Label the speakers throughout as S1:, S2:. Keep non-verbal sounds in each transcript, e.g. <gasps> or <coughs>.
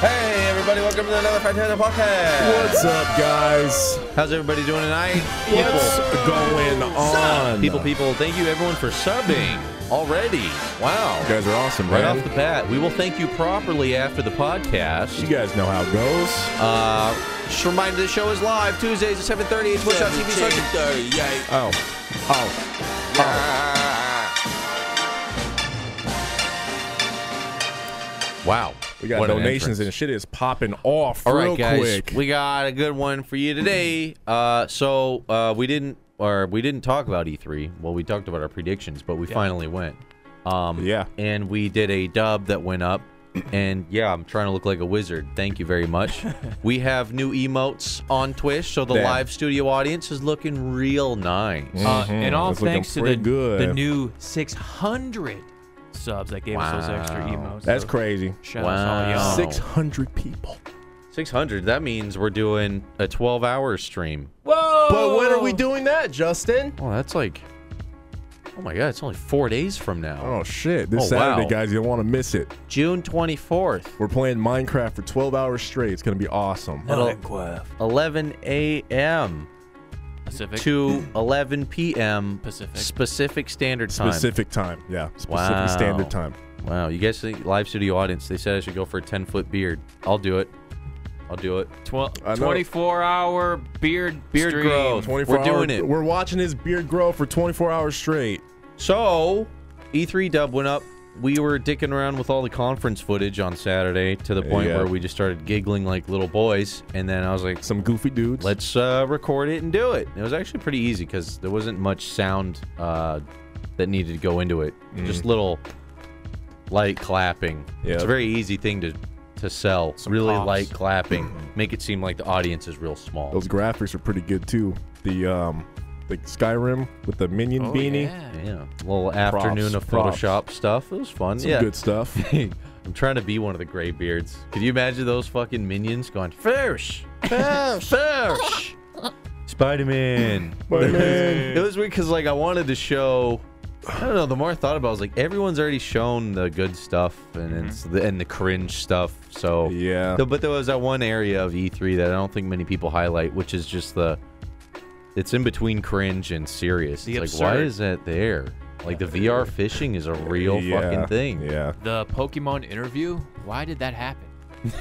S1: Hey, everybody, welcome to another Fantastic Podcast.
S2: What's up, guys?
S1: How's everybody doing tonight?
S2: What's going on?
S1: People, people, thank you everyone for subbing already. Wow.
S2: you guys are awesome,
S1: Right
S2: man.
S1: off the bat, we will thank you properly after the podcast.
S2: you guys know how it goes.
S1: Uh, just a reminder, the show is live Tuesdays at 7.30 at twitch.tv. slash-
S2: Oh, oh,
S3: Uh,
S1: Wow.
S2: we got
S1: What an
S2: donations
S1: entrance.
S2: and shit is popping off
S1: All
S2: real
S1: right, guys,
S2: quick.
S1: we got a good one for you today. Uh, so uh, we didn't, or we didn't talk about E3. Well, we talked about our predictions, but we finally went. Um,
S2: Yeah.
S1: and we did a dub that went
S2: <clears throat>
S1: up. And yeah, I'm trying to look like a wizard. Thank you very
S2: <laughs>
S1: much. we have new emotes on Twitch, so the
S2: Damn. Mm.
S1: live studio audience is looking real nice.
S3: Uh, and all
S2: that's looking
S3: thanks to the,
S2: pretty good.
S3: the new 600 subs that gave us those extra
S1: Wow.
S3: emotes.
S2: That's
S3: so
S2: crazy.
S3: Shout out to
S1: Wow.
S3: all y'all.
S1: Six-
S2: 600 people.
S1: 600. That means we're doing a 12-hour stream.
S3: Whoa!
S4: But when are we doing that, Justin?
S1: Oh, that's like, oh my god, it's only four days from now.
S2: Oh, shit. This
S1: Oh,
S2: Saturday,
S1: wow.
S2: guys, you don't want to miss it.
S1: June 24th.
S2: We're playing Minecraft for 12 hours straight. It's going to be awesome.
S3: Minecraft.
S1: 11 a.m.
S3: Pacific.
S1: to 11 p.m.
S3: Pacific.
S1: Pacific Standard Time.
S2: Specific time. Yeah, specific
S1: Wow.
S2: standard time.
S1: Wow, you guys, think live studio audience, they said I should go for a 10 foot beard. I'll do it. I'll do it.
S3: Tw-
S2: I know.
S3: 24 hour beard
S1: Beard
S3: stream. Oh,
S1: growth.
S2: 24
S1: We're doing
S2: hour-
S1: it.
S2: We're watching his beard grow for 24 hours straight.
S1: So, E3 dub went up. We were dicking around with all the conference footage on Saturday to the point
S2: Yeah.
S1: where we just started giggling like little boys. And then I was like,
S2: Some goofy dudes.
S1: let's uh, record it and do it. It was actually pretty easy because there wasn't much sound uh, that needed to go into it. Just little light clapping. It's
S2: Yeah.
S1: a very easy thing to to sell. really
S3: pops.
S1: light clapping. Make it seem like the audience is real small.
S2: Those graphics are pretty good too. The um, the Skyrim with the minion
S3: Oh,
S2: beanie,
S3: yeah.
S1: yeah, little afternoon of
S2: props.
S1: Photoshop stuff. It was fun.
S2: some
S1: yeah. <laughs>
S2: good stuff.
S1: I'm trying to be one of the graybeards. Could you imagine those fucking minions going fish,
S2: <laughs>
S1: fish, fish, Spider-Man. It was weird because like I wanted to show. I don't know. The more I thought about, it, I was like, everyone's already shown the good stuff and it's the, and the cringe stuff. So
S2: Yeah.
S1: Th- But there was that one area of E3 that I don't think many people highlight, which is just the. It's in between cringe and serious.
S3: The
S1: it's like, why
S3: absurd.
S1: is that there? Like the VR fishing is a real
S2: Yeah,
S1: fucking thing. <laughs>
S2: Yeah.
S3: The Pokemon interview. Why did that happen?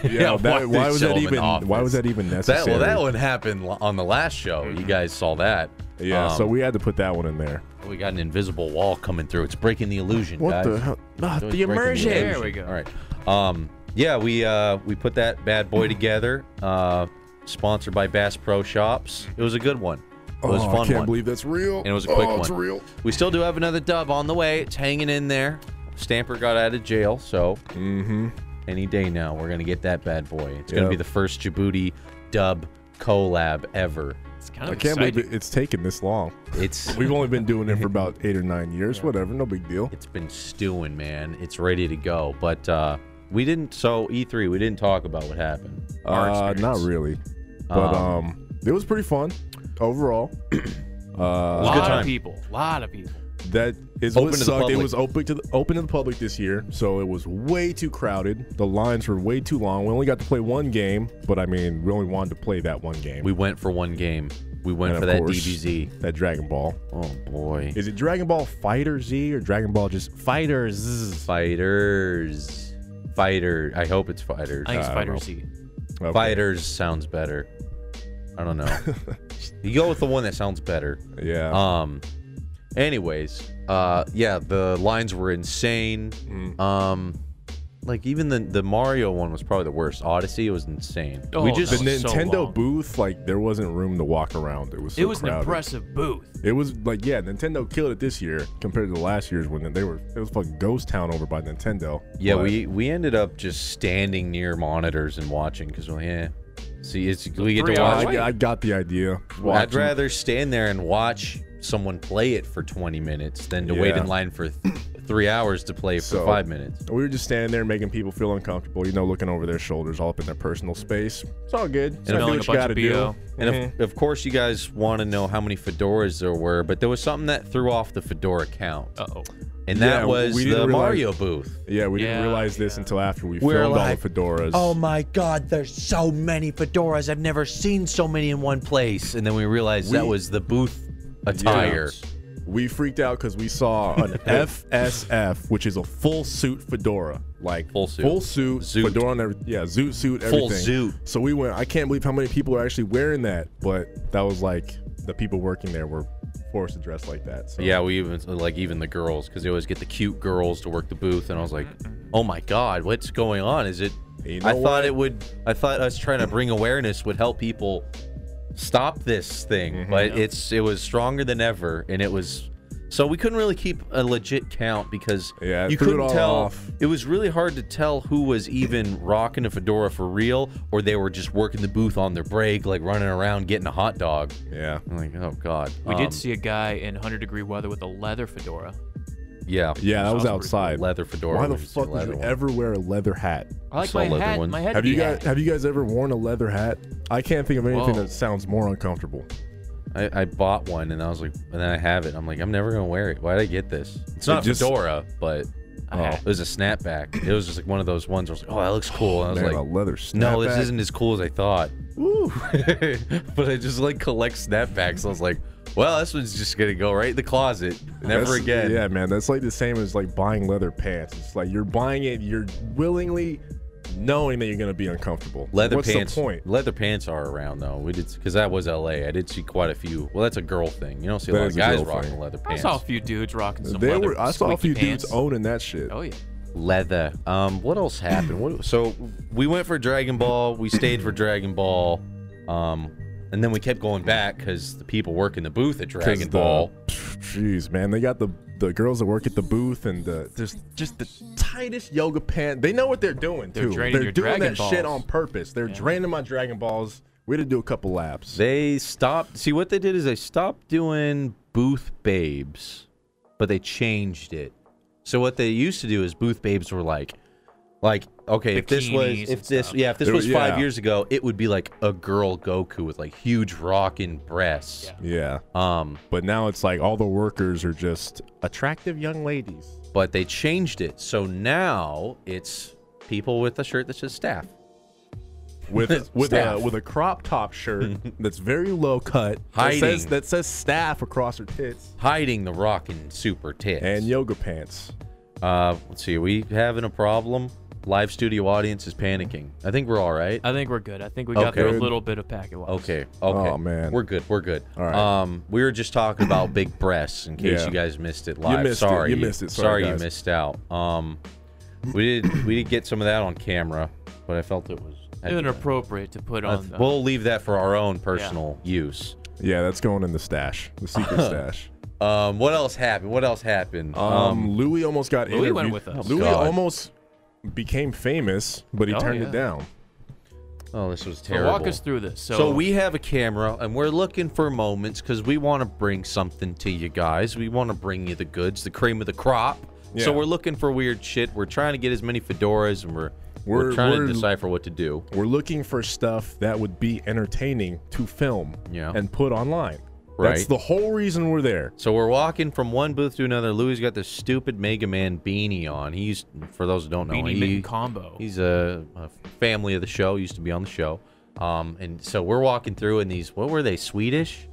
S1: Yeah,
S2: that-
S1: why
S2: why,
S1: did
S2: was that
S1: Solomon
S2: even?
S1: office?
S2: Why was that even necessary? Mm-hmm.
S1: That well, that one happened l- on the last show. You guys saw that.
S2: Yeah.
S1: Um,
S2: so we had to put that one in there.
S1: we got an invisible wall coming through. It's breaking the illusion.
S2: What
S1: guys.
S2: the hell? Ah,
S1: Always
S2: the
S1: breaking
S2: immersion.
S3: There
S1: illusion.
S3: we go.
S1: All right. Um, yeah, we uh, we put that bad
S2: <clears throat>
S1: boy together. Uh, sponsored by Bass Pro Shops. It was a good one. It was a
S2: oh,
S1: fun
S2: I can't
S1: one.
S2: believe that's real.
S1: And it was a quick
S2: oh, It's
S1: one.
S2: real.
S1: we still do have another dub on the way. It's hanging in there. Stamper got out of jail, so
S2: Mm-hmm.
S1: any day now we're gonna get that bad boy. It's gonna
S2: Yep.
S1: be the first Djibouti dub collab
S2: <laughs>
S1: ever.
S3: It's kind
S2: I
S3: of
S2: can't
S3: exciting.
S2: believe it- it's taken this long.
S1: It's
S2: We've only been doing it for about eight or nine years. Whatever. No big deal.
S1: it's been stewing, man. It's ready to go. But uh, we didn't. So E3, we didn't talk about what happened.
S2: uh,
S3: Our
S2: not
S3: experience.
S2: really.
S1: Um,
S2: But um, it was pretty fun
S1: <clears throat>
S2: overall.
S3: A
S2: uh,
S1: good
S3: lot
S1: time.
S3: of people. A lot of people.
S2: That is
S1: Open
S2: what
S1: to the
S2: sucked. It
S1: public.
S2: was open to the, open to the public this year, so it was way too crowded. The lines were way too long. We only got to play one game, but I mean, we only wanted to play that one game.
S1: We went for one game. We went
S2: And
S1: for
S2: of
S1: that
S2: course,
S1: DBZ.
S2: that Dragon Ball.
S1: Oh boy,
S2: Is it Dragon Ball Fighter Z or Dragon Ball just Fighters?
S1: fighters, fighter. I hope it's fighters.
S3: I think it's
S2: I don't
S3: Fighter
S2: know.
S3: Z.
S2: Okay.
S1: Fighters sounds better. I don't
S2: <laughs>
S1: know. you go with the one that sounds better.
S2: Yeah.
S1: Um. Anyways, uh, yeah, the lines were insane.
S2: Mm.
S1: Um, like even the the Mario one was probably the worst. Odyssey was insane.
S3: Oh,
S1: we
S3: that
S1: just
S2: the
S3: was so
S2: Nintendo
S3: long.
S2: booth, like there wasn't room to walk around. It was so
S3: It was an
S2: crowded.
S3: impressive booth.
S2: It was like yeah, Nintendo killed it this year compared to the last year's when they were it was fucking ghost town over by Nintendo.
S1: yeah,
S2: But-
S1: we we ended up just standing near monitors and watching because well, yeah, see, it's we get
S3: three
S1: to
S3: hours
S1: watch.
S3: wait.
S2: I, I got the idea.
S1: I'd
S2: Watching-
S1: rather stand there and watch someone play it for 20 minutes than to wait
S2: Yeah.
S1: in line for th- three hours to play it for
S2: So-
S1: five minutes.
S2: We were just standing there making people feel uncomfortable, you know, looking over their shoulders, all up in their personal space. It's all good. It's
S3: Smelling a
S2: what you
S3: bunch
S2: gotta
S3: of
S2: do.
S3: BO.
S1: And
S2: mm-hmm.
S1: of, of course, you guys want to know how many fedoras there were, but there was something that threw off the fedora count.
S3: Uh oh.
S1: and that
S2: Yeah,
S1: was
S2: we
S1: the
S2: didn't realize-
S1: Mario booth.
S2: Yeah, we didn't
S3: Yeah,
S2: realize this
S3: yeah.
S2: until after we
S1: We're
S2: filmed
S1: like,
S2: all the fedoras.
S1: Oh my God, there's so many fedoras. I've never seen so many in one place. And then we realized that
S2: We-
S1: was the booth
S2: Yeah.
S1: attire.
S2: We freaked out because we saw an
S1: <laughs>
S2: FSF, which is a full suit fedora, like
S1: Full suit.
S2: full suit,
S1: Zoot.
S2: fedora and everything. Yeah, zoot suit,
S1: Full
S2: everything.
S1: zoot.
S2: So we went. I can't believe how many people are actually wearing that, but that was like the people working there were forced to dress like that. So
S1: Yeah, we even uh, like even the girls because they always get the cute girls to work the booth, and I was like, oh my god, what's going on? Is it?
S2: You
S1: I thought
S2: know what?
S1: it would. I thought us trying to bring awareness would help people stop this thing,
S2: Mm-hmm.
S1: but it's it was stronger than ever, and it was. So we couldn't really keep a legit count because
S2: Yeah, it
S1: you
S2: threw it
S1: couldn't
S2: all
S1: tell.
S2: off.
S1: It was really hard to tell who was even rocking a fedora for real, or they were just working the booth on their break, like running around getting a hot dog.
S2: yeah,
S1: I'm like, oh god.
S3: We
S1: Um,
S3: did see a guy in 100 degree weather with a leather fedora.
S1: Yeah.
S2: yeah. That was
S3: Sounds pretty
S2: outside.
S1: Leather fedora.
S2: Why
S1: we
S2: the
S1: just
S2: fuck
S1: did
S2: would
S1: leather
S2: you
S1: one.
S2: ever wear a leather hat?
S3: I like
S1: Saw
S3: my
S1: leather
S3: hat.
S1: ones.
S3: My head.
S2: Have you
S3: yeah.
S2: guys have you guys ever worn a leather hat? I can't think of anything
S3: Whoa.
S2: that sounds more uncomfortable.
S1: I, I bought one and I was like, and then I have it. I'm like, I'm never gonna wear it. Why would I get this? It's not a
S2: just-
S1: fedora, but
S3: A
S1: oh,
S3: hat.
S1: it was a snapback. It was just like one of those ones. Where I was like, oh, that looks cool. And I was
S2: Man, a
S1: like,
S2: leather
S1: no, this
S2: snapback?
S1: isn't as cool as I thought. Woo. <laughs> but I just like collect snapbacks. I was like, well, this one's just gonna go right in the closet, never
S2: That's-
S1: again.
S2: Yeah, man, that's like the same as like buying leather pants. It's like you're buying it, you're willingly knowing that you're gonna be uncomfortable.
S1: Leather
S2: What's
S1: pants.
S2: the point?
S1: Leather pants are around though. We did because that was L.A. I did see quite a few. Well, that's a girl thing. You don't see a
S2: That
S1: lot
S2: is
S1: of
S2: a
S1: guys
S2: girl
S1: rocking
S2: thing.
S1: leather
S3: I
S1: pants.
S3: saw a few dudes rocking some
S2: They
S3: leather.
S2: were. I saw a
S3: squeaky
S2: few
S3: pants.
S2: dudes owning that shit.
S3: Oh yeah.
S1: leather. Um, what else happened? What, so we went for Dragon Ball. We stayed for Dragon Ball. Um, and then we kept going back because the people working the booth at
S2: 'Cause
S1: Dragon
S2: the-
S1: Ball.
S2: Jeez, man, they got the the girls that work at the booth and the just just the tightest yoga pant. They know what they're doing
S3: They're
S2: too.
S3: draining
S2: they're
S3: your
S2: doing that
S3: Dragon
S2: shit on
S3: Balls.
S2: purpose. They're draining my Dragon Balls. We had to do a couple laps.
S1: They stopped. See, what they did is they stopped doing booth babes, but they changed it. So what they used to do is booth babes were like, like okay, if this was,
S3: Bikinis and
S1: if this,
S3: stuff.
S1: yeah, if this
S2: They were-
S1: was five
S2: yeah.
S1: years ago, it would be like a girl Goku with like huge rockin' breasts.
S2: yeah,
S1: Um,
S2: but now it's like all the workers are just attractive young ladies.
S1: but they changed it. So now it's people with a shirt that says staff.
S2: <laughs> with with a
S1: Staff.
S2: with a crop top <laughs> shirt that's very low cut that says,
S1: Hiding.
S2: that says staff across her tits
S1: Hiding the rockin' super tits.
S2: and yoga pants.
S1: uh, let's see, are we having a problem? Live studio audience is panicking. I think we're all right.
S2: Uh,
S3: I think we're good. I think we got
S1: Okay.
S3: through a little bit of packet watch.
S1: Okay. Okay.
S2: Aw, oh, man.
S1: We're good. We're good.
S2: All right.
S1: Um, we were just talking about big breasts. In case
S2: Yeah.
S1: you guys missed it live.
S2: missed it.
S1: Sorry,
S2: You missed it. Sorry,
S1: you
S2: guys.
S1: missed out. Um, we did. We did get some of that on camera, but I felt it was.
S3: Inappropriate to put
S1: Uh,
S3: on. the-
S1: we'll leave that for our own personal use.
S2: Yeah, that's going in the stash, the <laughs> secret stash.
S1: Um, what else happened? What else happened?
S2: Um, Louis almost got
S3: Louis went
S2: interviewed-
S3: with us.
S2: Louis
S1: God.
S2: almost became famous, but he
S3: Oh,
S2: turned
S3: yeah.
S2: it down.
S1: oh, this was
S3: So
S1: terrible.
S3: walk us through this. So,
S1: So we have a camera and we're looking for moments because we want to bring something to you guys. We want to bring you the goods, the cream of the crop. So
S2: Yeah.
S1: we're looking for weird shit. We're trying to get as many fedoras and we're we're,
S2: We're-
S1: trying
S2: we're-
S1: to decipher what to do.
S2: We're looking for stuff that would be entertaining to film
S1: Yeah.
S2: and put online. That's
S1: Right.
S2: the whole reason we're there.
S1: So we're walking from one booth to another. Louis got this stupid Mega Man beanie on. He's for those who don't know,
S3: beanie
S1: he-
S3: mitten combo.
S1: He's a, a family of the show. Used to be on the show. Um, and so we're walking through in these. What were they? Swedish?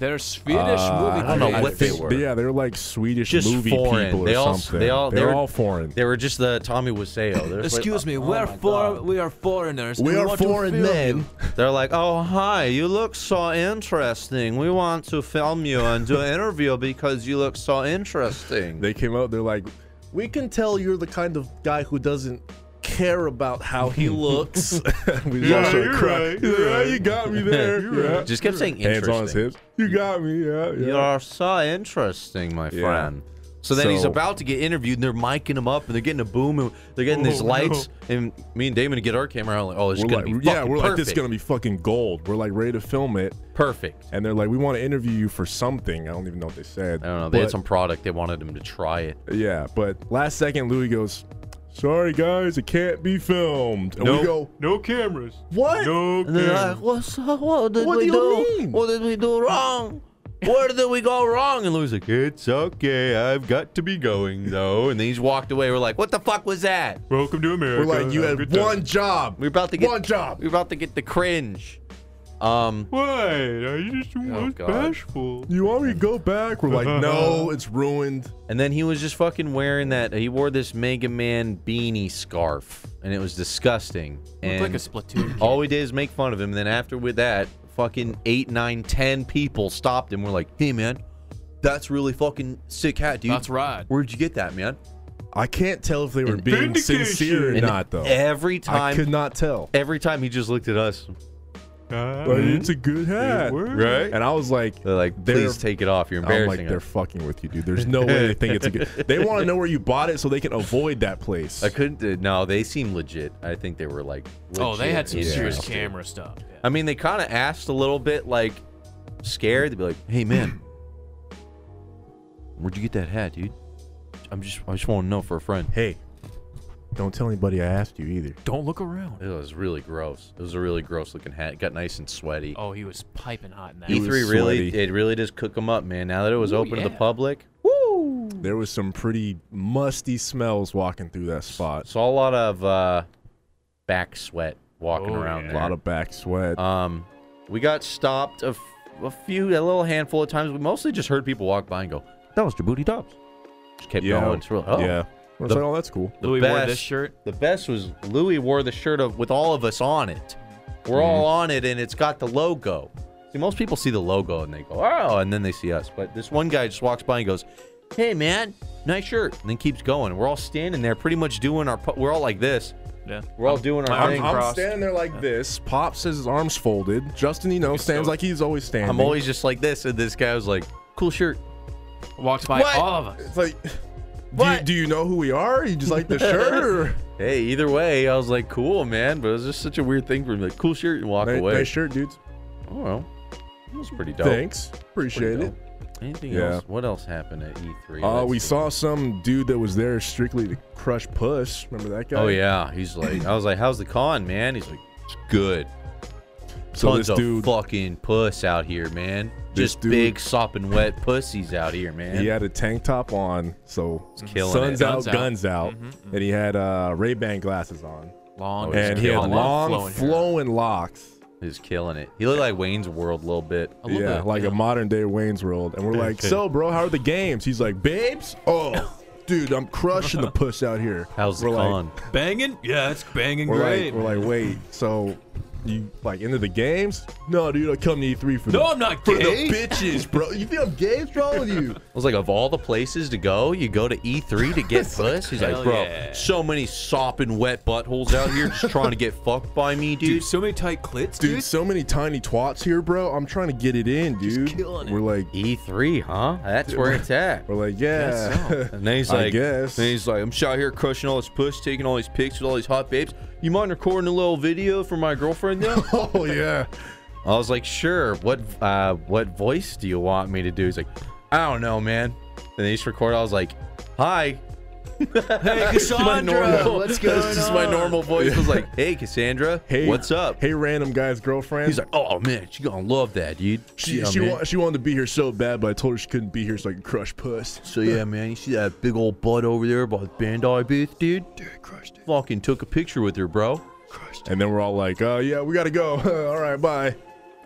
S3: They're Swedish
S2: Uh,
S3: movie.
S1: don't know
S3: creators.
S1: what they were.
S2: Yeah, they're like Swedish
S1: Just
S2: movie
S1: foreign.
S2: people or
S1: They all-
S2: something.
S1: they all-
S2: they're
S1: they're-
S2: all foreign.
S1: They were just the Tommy Wiseau. They're-
S3: Excuse me, we're for, we are foreigners.
S2: we are
S3: want to
S2: foreign
S3: film
S2: men.
S3: you.
S1: They're like, oh, hi, you look so interesting. We want to film you and do an interview because you look so interesting.
S2: They came out. They're like, we can tell you're the kind of guy who doesn't care about how <laughs> he looks. we just all
S1: Yeah,
S2: started
S1: you're
S2: crying.
S1: right,
S2: Yeah,
S1: you're right.
S2: you got <laughs> me there. yeah.
S1: Just kept saying
S2: Hands on his
S1: interesting.
S2: hips. You got me. Yeah, yeah.
S1: You are so interesting, my
S2: Yeah.
S1: friend. So then he's
S2: So-
S1: about to get interviewed, and they're miking him up, and they're getting a boom, and they're getting these
S3: Oh,
S1: lights. And me and Damon get our camera out, like, oh, this is
S2: We're
S1: gonna
S2: like,
S1: be fucking
S2: yeah, we're
S1: perfect.
S2: like, this is gonna be fucking gold. We're like ready to film it,
S1: perfect.
S2: and they're like, we want to interview you for something. I don't even know what they said.
S1: I don't know. They had
S2: But-
S1: some product they wanted him to try it.
S2: Yeah, but last second, Louis goes, "Sorry guys, it can't be filmed." And we go,
S3: no cameras.
S2: "What?"
S3: No
S1: And they're like, what's, what did
S2: What
S1: we
S2: do
S1: do?
S2: you mean?
S1: What did we do wrong? What did we go wrong? And Louis like, it's okay. I've got to be going though. And then he's walked away. We're like, what the fuck was that?
S3: Welcome to
S2: We're
S3: America.
S2: like, you
S3: Have a
S2: had
S3: good time.
S2: one job.
S1: We're about to get
S2: one job.
S1: We're about to get the cringe. Um,
S3: What? I just
S5: Oh,
S3: was
S1: God.
S3: bashful.
S2: You want me to go back? We're like,
S1: Uh-huh.
S2: no, it's ruined.
S1: and then he was just fucking wearing that. He wore this Mega Man beanie scarf, and it was disgusting.
S3: Looked
S1: And
S3: like a Splatoon. kid.
S1: all we did is make fun of him. And then after with that, fucking eight, nine, ten people stopped him. We're like, hey man, that's really fucking sick hat, dude.
S3: That's right.
S1: Where'd you get that, man?
S2: I can't tell if they were
S1: And-
S2: being sincere or
S1: And
S2: not, though.
S1: Every
S2: Oh. I
S1: time,
S2: could not tell.
S1: every time he just looked at us, Mm-hmm.
S2: But it's a good hat,
S1: right?
S2: And I was like,
S1: They're like,
S2: They're-
S1: please take it off. You're
S2: I'm like,
S1: embarrassing
S2: they're
S1: us.
S2: fucking with you, dude. There's no way they think it's
S1: <laughs>
S2: a good. They want to know where you bought it so they can avoid that place.
S1: I couldn't. uh, No, they seem legit. I think they were like. Legit
S3: Oh, they had some
S1: interested.
S3: serious camera stuff. Yeah.
S1: I mean, they kind of asked a little bit like scared. They'd be like, "Hey,
S2: <clears throat>
S1: man, where'd you get that hat, dude? I'm just, I just want to know for a friend."
S2: Hey, don't tell anybody I asked you either.
S3: Don't look around.
S1: It was really gross. It was a really gross looking hat. It got nice and sweaty.
S3: Oh, he was piping hot in that.
S2: He
S1: E3
S2: was
S1: really,
S2: sweaty.
S1: it really does cook them up, man. Now that it was
S3: Ooh,
S1: open to the
S3: yeah.
S1: public,
S2: There was some pretty musty smells walking through that spot.
S1: saw a lot of uh, back sweat walking
S3: Oh,
S1: around.
S3: yeah.
S2: A
S1: there.
S2: lot of back sweat.
S1: Um, we got stopped a, f- a few, a little handful of times. We mostly just heard people walk by and go, "That was Djibouti Dubs." Just kept
S2: yeah,
S1: going. It's real- oh.
S2: yeah. I was
S1: The-
S2: like, oh, that's cool.
S1: The
S3: Louis wore this
S1: best-
S3: shirt.
S1: The best was Louis wore the shirt of with all of us on it. We're
S3: Mm-hmm.
S1: all on it, and it's got the logo. See, most people see the logo and they go, "Oh," and then they see us. But this one guy just walks by and goes, "Hey, man, nice shirt," and then keeps going. We're all standing there, pretty much doing our. pu- We're all like this.
S3: Yeah.
S1: We're all doing our
S3: I'm-
S1: thing.
S2: I'm, I'm
S3: crossed.
S2: standing there like this. Pops has his arms folded. Justin, you know, stands
S3: so-
S2: like he's always standing.
S1: I'm always just like this, and this guy was like, "Cool shirt."
S3: Walked by
S1: What?
S3: all of us.
S2: It's like, <laughs> do you,
S1: What?
S2: do you know who we are? You just like the
S1: <laughs>
S2: shirt? Or?
S1: Hey, either way, I was like, "Cool, man," but it was just such a weird thing for me. Like, "Cool shirt," and walk
S2: Nice,
S1: away.
S2: nice shirt, dudes.
S1: Oh, well, that was pretty dope.
S2: Thanks. Appreciate
S1: Pretty
S2: it.
S1: dope. Anything
S2: Yeah.
S1: else? What else happened at E3?
S2: Uh,
S1: Let's
S2: we
S1: see.
S2: saw some dude that was there strictly to crush puss. Remember that guy?
S1: Oh yeah, he's like, I was like, "How's the con, man?" He's like, "It's good.
S2: So
S1: Tons
S2: this dude,
S1: of fucking puss out here, man.
S2: This
S1: Just
S2: dude-
S1: big sopping wet pussies out here, man."
S2: he had a tank top on, so
S1: killing
S2: sun's
S1: it. Mm-hmm,
S2: out,
S3: Guns out.
S2: guns out, and he had uh, Ray Ban glasses on,
S3: Long.
S1: he's
S2: and he had
S1: killing it.
S2: long,
S3: flowing
S2: flowing,
S3: hair.
S2: locks.
S1: He's killing it. He looked like Wayne's World a little bit.
S3: A little
S2: Yeah,
S3: bit,
S2: like
S3: yeah.
S2: a modern day Wayne's World. And we're like, so bro, how are the games? He's like, babes, oh, dude, I'm crushing the puss out here.
S1: How's the
S2: We're like,
S1: con?
S3: banging. Yeah, it's banging
S2: We're like,
S3: great.
S2: we're like, wait, so you like into the games? No, dude, I come to E3 for
S3: no,
S2: the,
S3: I'm not
S2: for
S3: gay.
S2: the bitches, bro. You think I'm gay? What's wrong with you?
S1: I was like, of all the places to go, you go to E3 to
S2: <laughs>
S1: get puss. He's like,
S3: hell
S1: bro,
S3: yeah."
S1: so many sopping wet buttholes out here just trying to get fucked by me, dude.
S3: dude, so many tight clits,
S2: Dude, so many tiny twats here, bro. I'm trying to get it in, dude.
S3: killing it.
S2: We're like,
S1: E3, E huh? That's where it's at.
S2: we're like, yeah.
S1: And then he's
S2: I
S1: like,
S2: guess.
S1: And he's like, I'm just out here crushing all this puss, taking all these pics with all these hot babes. You mind recording a little video for my girlfriend now?
S2: <laughs> oh yeah.
S1: I was like, sure. What uh, what voice do you want me to do? He's like, I don't know, man. And they just record. I was like,
S4: <laughs>
S1: hi. <laughs>
S3: hey, Cassandra.
S1: normal,
S4: what's
S1: <laughs> This is
S4: going
S1: my
S4: on?
S1: normal voice. was like, hey, Cassandra.
S2: <laughs> <laughs> Hey,
S1: what's up?
S2: Hey, random guy's girlfriend.
S1: He's like, oh man, she gonna love that, dude.
S2: she
S1: yeah,
S2: she,
S1: man.
S2: wa- she wanted to be here so bad, but I told her she couldn't be here so I could crush puss.
S1: So yeah, man, you see that big old butt over there by the Bandai booth, dude?
S2: Dude, crushed it.
S1: Fucking took a picture with her, bro.
S2: And then we're all like, oh yeah, we gotta go. <laughs> all right, bye.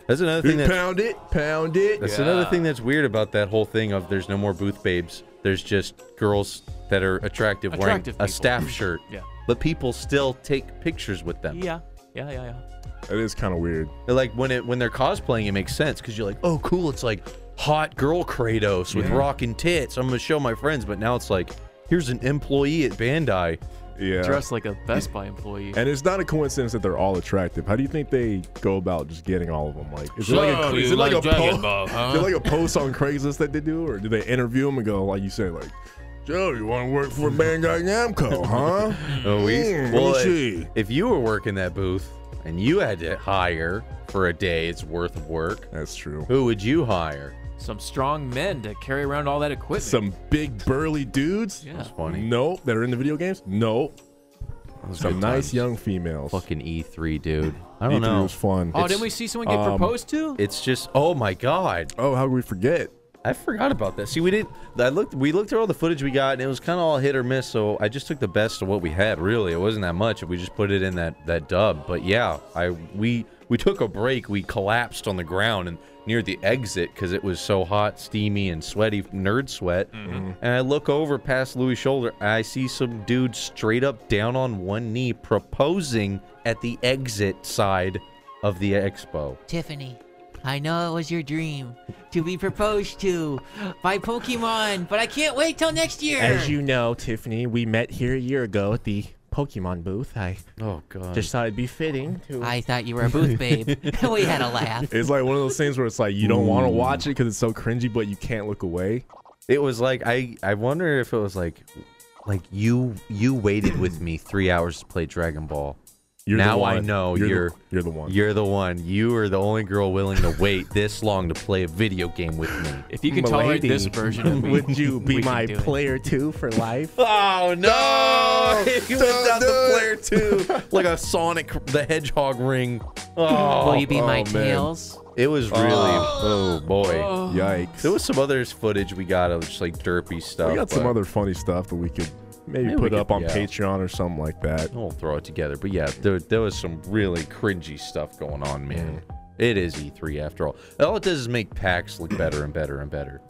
S1: That's another thing
S2: Dude,
S1: that's
S2: pound it, pound it.
S1: That's
S3: Yeah.
S1: another thing that's weird about that whole thing of there's no more booth babes. There's just girls that are attractive,
S3: Attractive
S1: wearing a
S3: people.
S1: staff shirt.
S3: Yeah.
S1: But people still take pictures with them.
S3: Yeah, yeah, yeah, yeah.
S2: That is kind of weird.
S1: They're Like when it when they're cosplaying, it makes sense because you're like, oh, cool. It's like hot girl Kratos with rocking tits. I'm gonna show my friends. But now it's like, here's an employee at Bandai.
S2: Yeah.
S3: Dressed like a Best Buy employee.
S2: And it's not a coincidence that they're all attractive. How do you think they go about just getting all of them? Like, is it like
S3: So
S2: a,
S3: you
S2: is it like
S3: like
S2: a
S3: Dragon
S2: po-
S3: Ball, huh?
S2: is it like a post on Craigslist that they do, or do they interview them and go like you say, like, Joe, you want to work for Bandai Namco, huh?
S1: <laughs> Oh, we,
S2: Mm,
S1: well,
S2: let me
S1: if,
S2: see.
S1: if you were working that booth and you had to hire for a day's worth of work,
S2: That's true.
S1: who would you hire?
S3: Some strong men to carry around all that equipment.
S2: Some big burly dudes.
S3: Yeah. That's
S1: funny.
S2: Nope. That are into video games. Nope. Some nice young females.
S1: Fucking E3, dude. I
S2: E3
S1: don't know.
S2: was fun.
S3: Oh, didn't we see someone get
S2: um,
S3: proposed to?
S1: E It's just oh my god.
S2: Oh, how could we forget?
S1: I forgot about that. See, we didn't. I looked. We looked through all the footage we got, and it was kind of all hit or miss. So I just took the best of what we had. Really, it wasn't that much. We just put it in that that dub. But yeah, I we we took a break. We collapsed on the ground and near the exit because it was so hot, steamy, and sweaty, nerd sweat. And I look over past Louis' shoulder. And I see some dude straight up down on one knee proposing at the exit side of the expo.
S6: Tiffany, I know it was your dream to be proposed to by Pokemon, but I can't wait till next year.
S4: As you know, Tiffany, we met here a year ago at the Pokemon booth. I
S1: Oh god.
S4: just thought it'd be fitting to.
S6: I thought you were a booth babe. <laughs> we had a laugh.
S2: It's like one of those things where it's like you don't want to watch it because it's so cringy, but you can't look away.
S1: it was like I I wonder if it was like like you you waited with me three hours to play Dragon Ball.
S2: You're the
S1: now I
S2: one.
S1: know
S2: You're
S1: you're
S2: the- you're the
S4: <laughs>
S2: one.
S1: You're the one. You are the only girl willing to wait this long to play a video game with me.
S3: if you can tolerate this
S4: Milady,
S3: version
S2: <laughs>
S3: of me,
S4: would you
S3: we
S4: be
S3: can
S4: my
S3: do it.
S4: player two for
S1: <laughs>
S4: life?
S1: Oh no! <laughs> He
S2: don't
S1: went down
S2: do
S1: the
S2: it.
S1: player too, <laughs> like a Sonic the Hedgehog ring. Oh,
S6: Will you be my
S2: man.
S6: tails?
S1: it was really oh, boy.
S2: Yikes.
S1: There was some other footage we got of just like derpy stuff.
S2: we got some
S1: but
S2: other funny stuff that we could maybe,
S1: Maybe we
S2: put
S1: could-
S2: up on
S1: yeah.
S2: Patreon or something like that.
S1: We'll throw it together. But yeah, there, there was some really cringy stuff going on,
S2: Mm.
S1: man. It is E3 after all. All it does is make packs look better and better and better.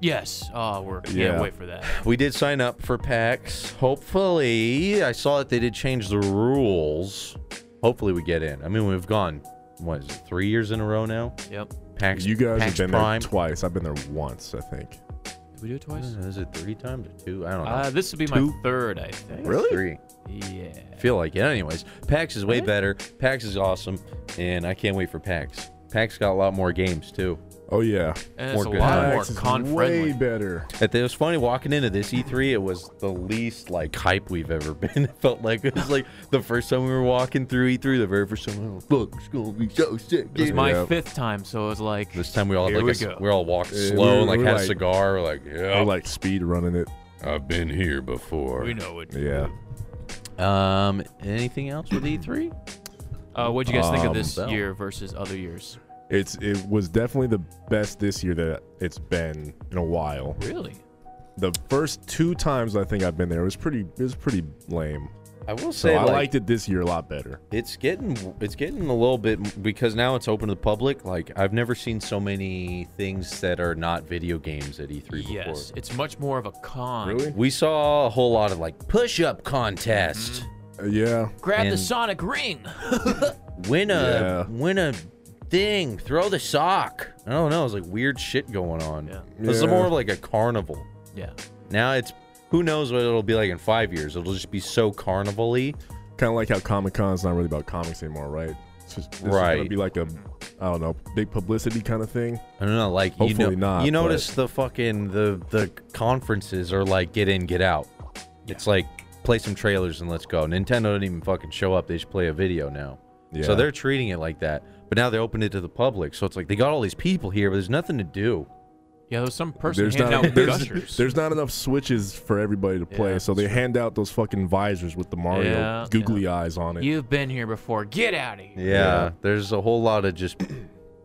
S3: Yes. Oh, we're can't
S2: Yeah.
S3: wait for that.
S1: We did sign up for packs. Hopefully, I saw that they did change the rules. Hopefully, we get in. I mean, we've gone, what is it, three years in a row now?
S3: Yep.
S1: Packs.
S2: You guys
S1: PAX
S2: have been
S1: Prime.
S2: there twice. I've been there once, I think.
S3: Did we do it twice?
S1: Uh, Is it three times or two? I don't know.
S3: Uh, this would be my third, I think.
S1: really? Three.
S3: Yeah.
S1: feel like it. Anyways, PAX is way better. PAX is awesome, and I can't wait for PAX. PAX got a lot more games too.
S2: Oh yeah.
S3: And it's
S1: More
S3: a
S1: good
S3: lot more
S2: Pax is way
S3: con-friendly.
S2: better.
S1: It it was funny walking into this E3. It was the least like hype we've ever <laughs> been. It felt like it was like the first time we were walking through E3. The very first time, oh, fuck, it's gonna be so sick.
S3: It was
S1: dude."
S3: my
S2: Yeah.
S3: fifth time, so it was like
S1: This time we all had,
S3: Here
S1: like
S3: we
S1: a s-
S3: go.
S1: we all walked
S2: Yeah,
S1: slow
S2: we-
S1: and like
S2: we
S1: had
S2: like-
S1: a cigar. We're like
S2: I
S1: yeah,
S2: like speed running it.
S1: I've been here before.
S3: we know it.
S2: Yeah.
S1: Um, anything else with E E3?
S3: Uh, what'd you guys think
S2: Um,
S3: of this
S1: Bell.
S3: year versus other years?
S2: It's it was definitely the best this year that it's been in a while.
S3: Really?
S2: The first two times I think I've been there it was pretty it was pretty lame.
S1: I will
S2: So
S1: say
S2: I
S1: like,
S2: liked it this year a lot better.
S1: it's getting it's getting a little bit because now it's open to the public. Like I've never seen so many things that are not video games at E3 before.
S3: Yes. It's much more of a con.
S1: We saw a whole lot of like push-up contest.
S2: Uh, yeah.
S3: Grab the
S1: And-
S3: Sonic ring.
S1: Win a
S2: Yeah.
S1: win a thing. Throw the sock. I don't know. It's like weird shit going on.
S3: Yeah.
S1: This is
S2: Yeah.
S1: more of like a carnival.
S3: yeah.
S1: Now it's who knows what it'll be like in five years. It'll just be so carnival-y.
S2: Kind of like how Comic Con is not really about comics anymore, right? It's just this is
S1: Right.
S2: gonna be like a I don't know big publicity kind of thing.
S1: I don't know, like you know,
S2: Hopefully not,
S1: you
S2: but-
S1: notice the fucking the the conferences are like get in, get out. It's like play some trailers and let's go. Nintendo didn't even fucking show up. They just play a video now.
S2: Yeah.
S1: So they're treating it like that. But now they opened it to the public. So it's like they got all these people here, but there's nothing to do.
S3: Yeah, there's some person
S2: There's
S3: handing
S2: not, <laughs>
S3: out
S2: there's,
S3: gushers.
S2: there's not enough switches for everybody to play,
S3: Yeah,
S2: so they hand out those fucking visors with the Mario
S3: Yeah,
S2: googly eyes on it.
S3: You've been here before. Get out of here.
S1: Yeah. There's a whole lot of just <clears throat>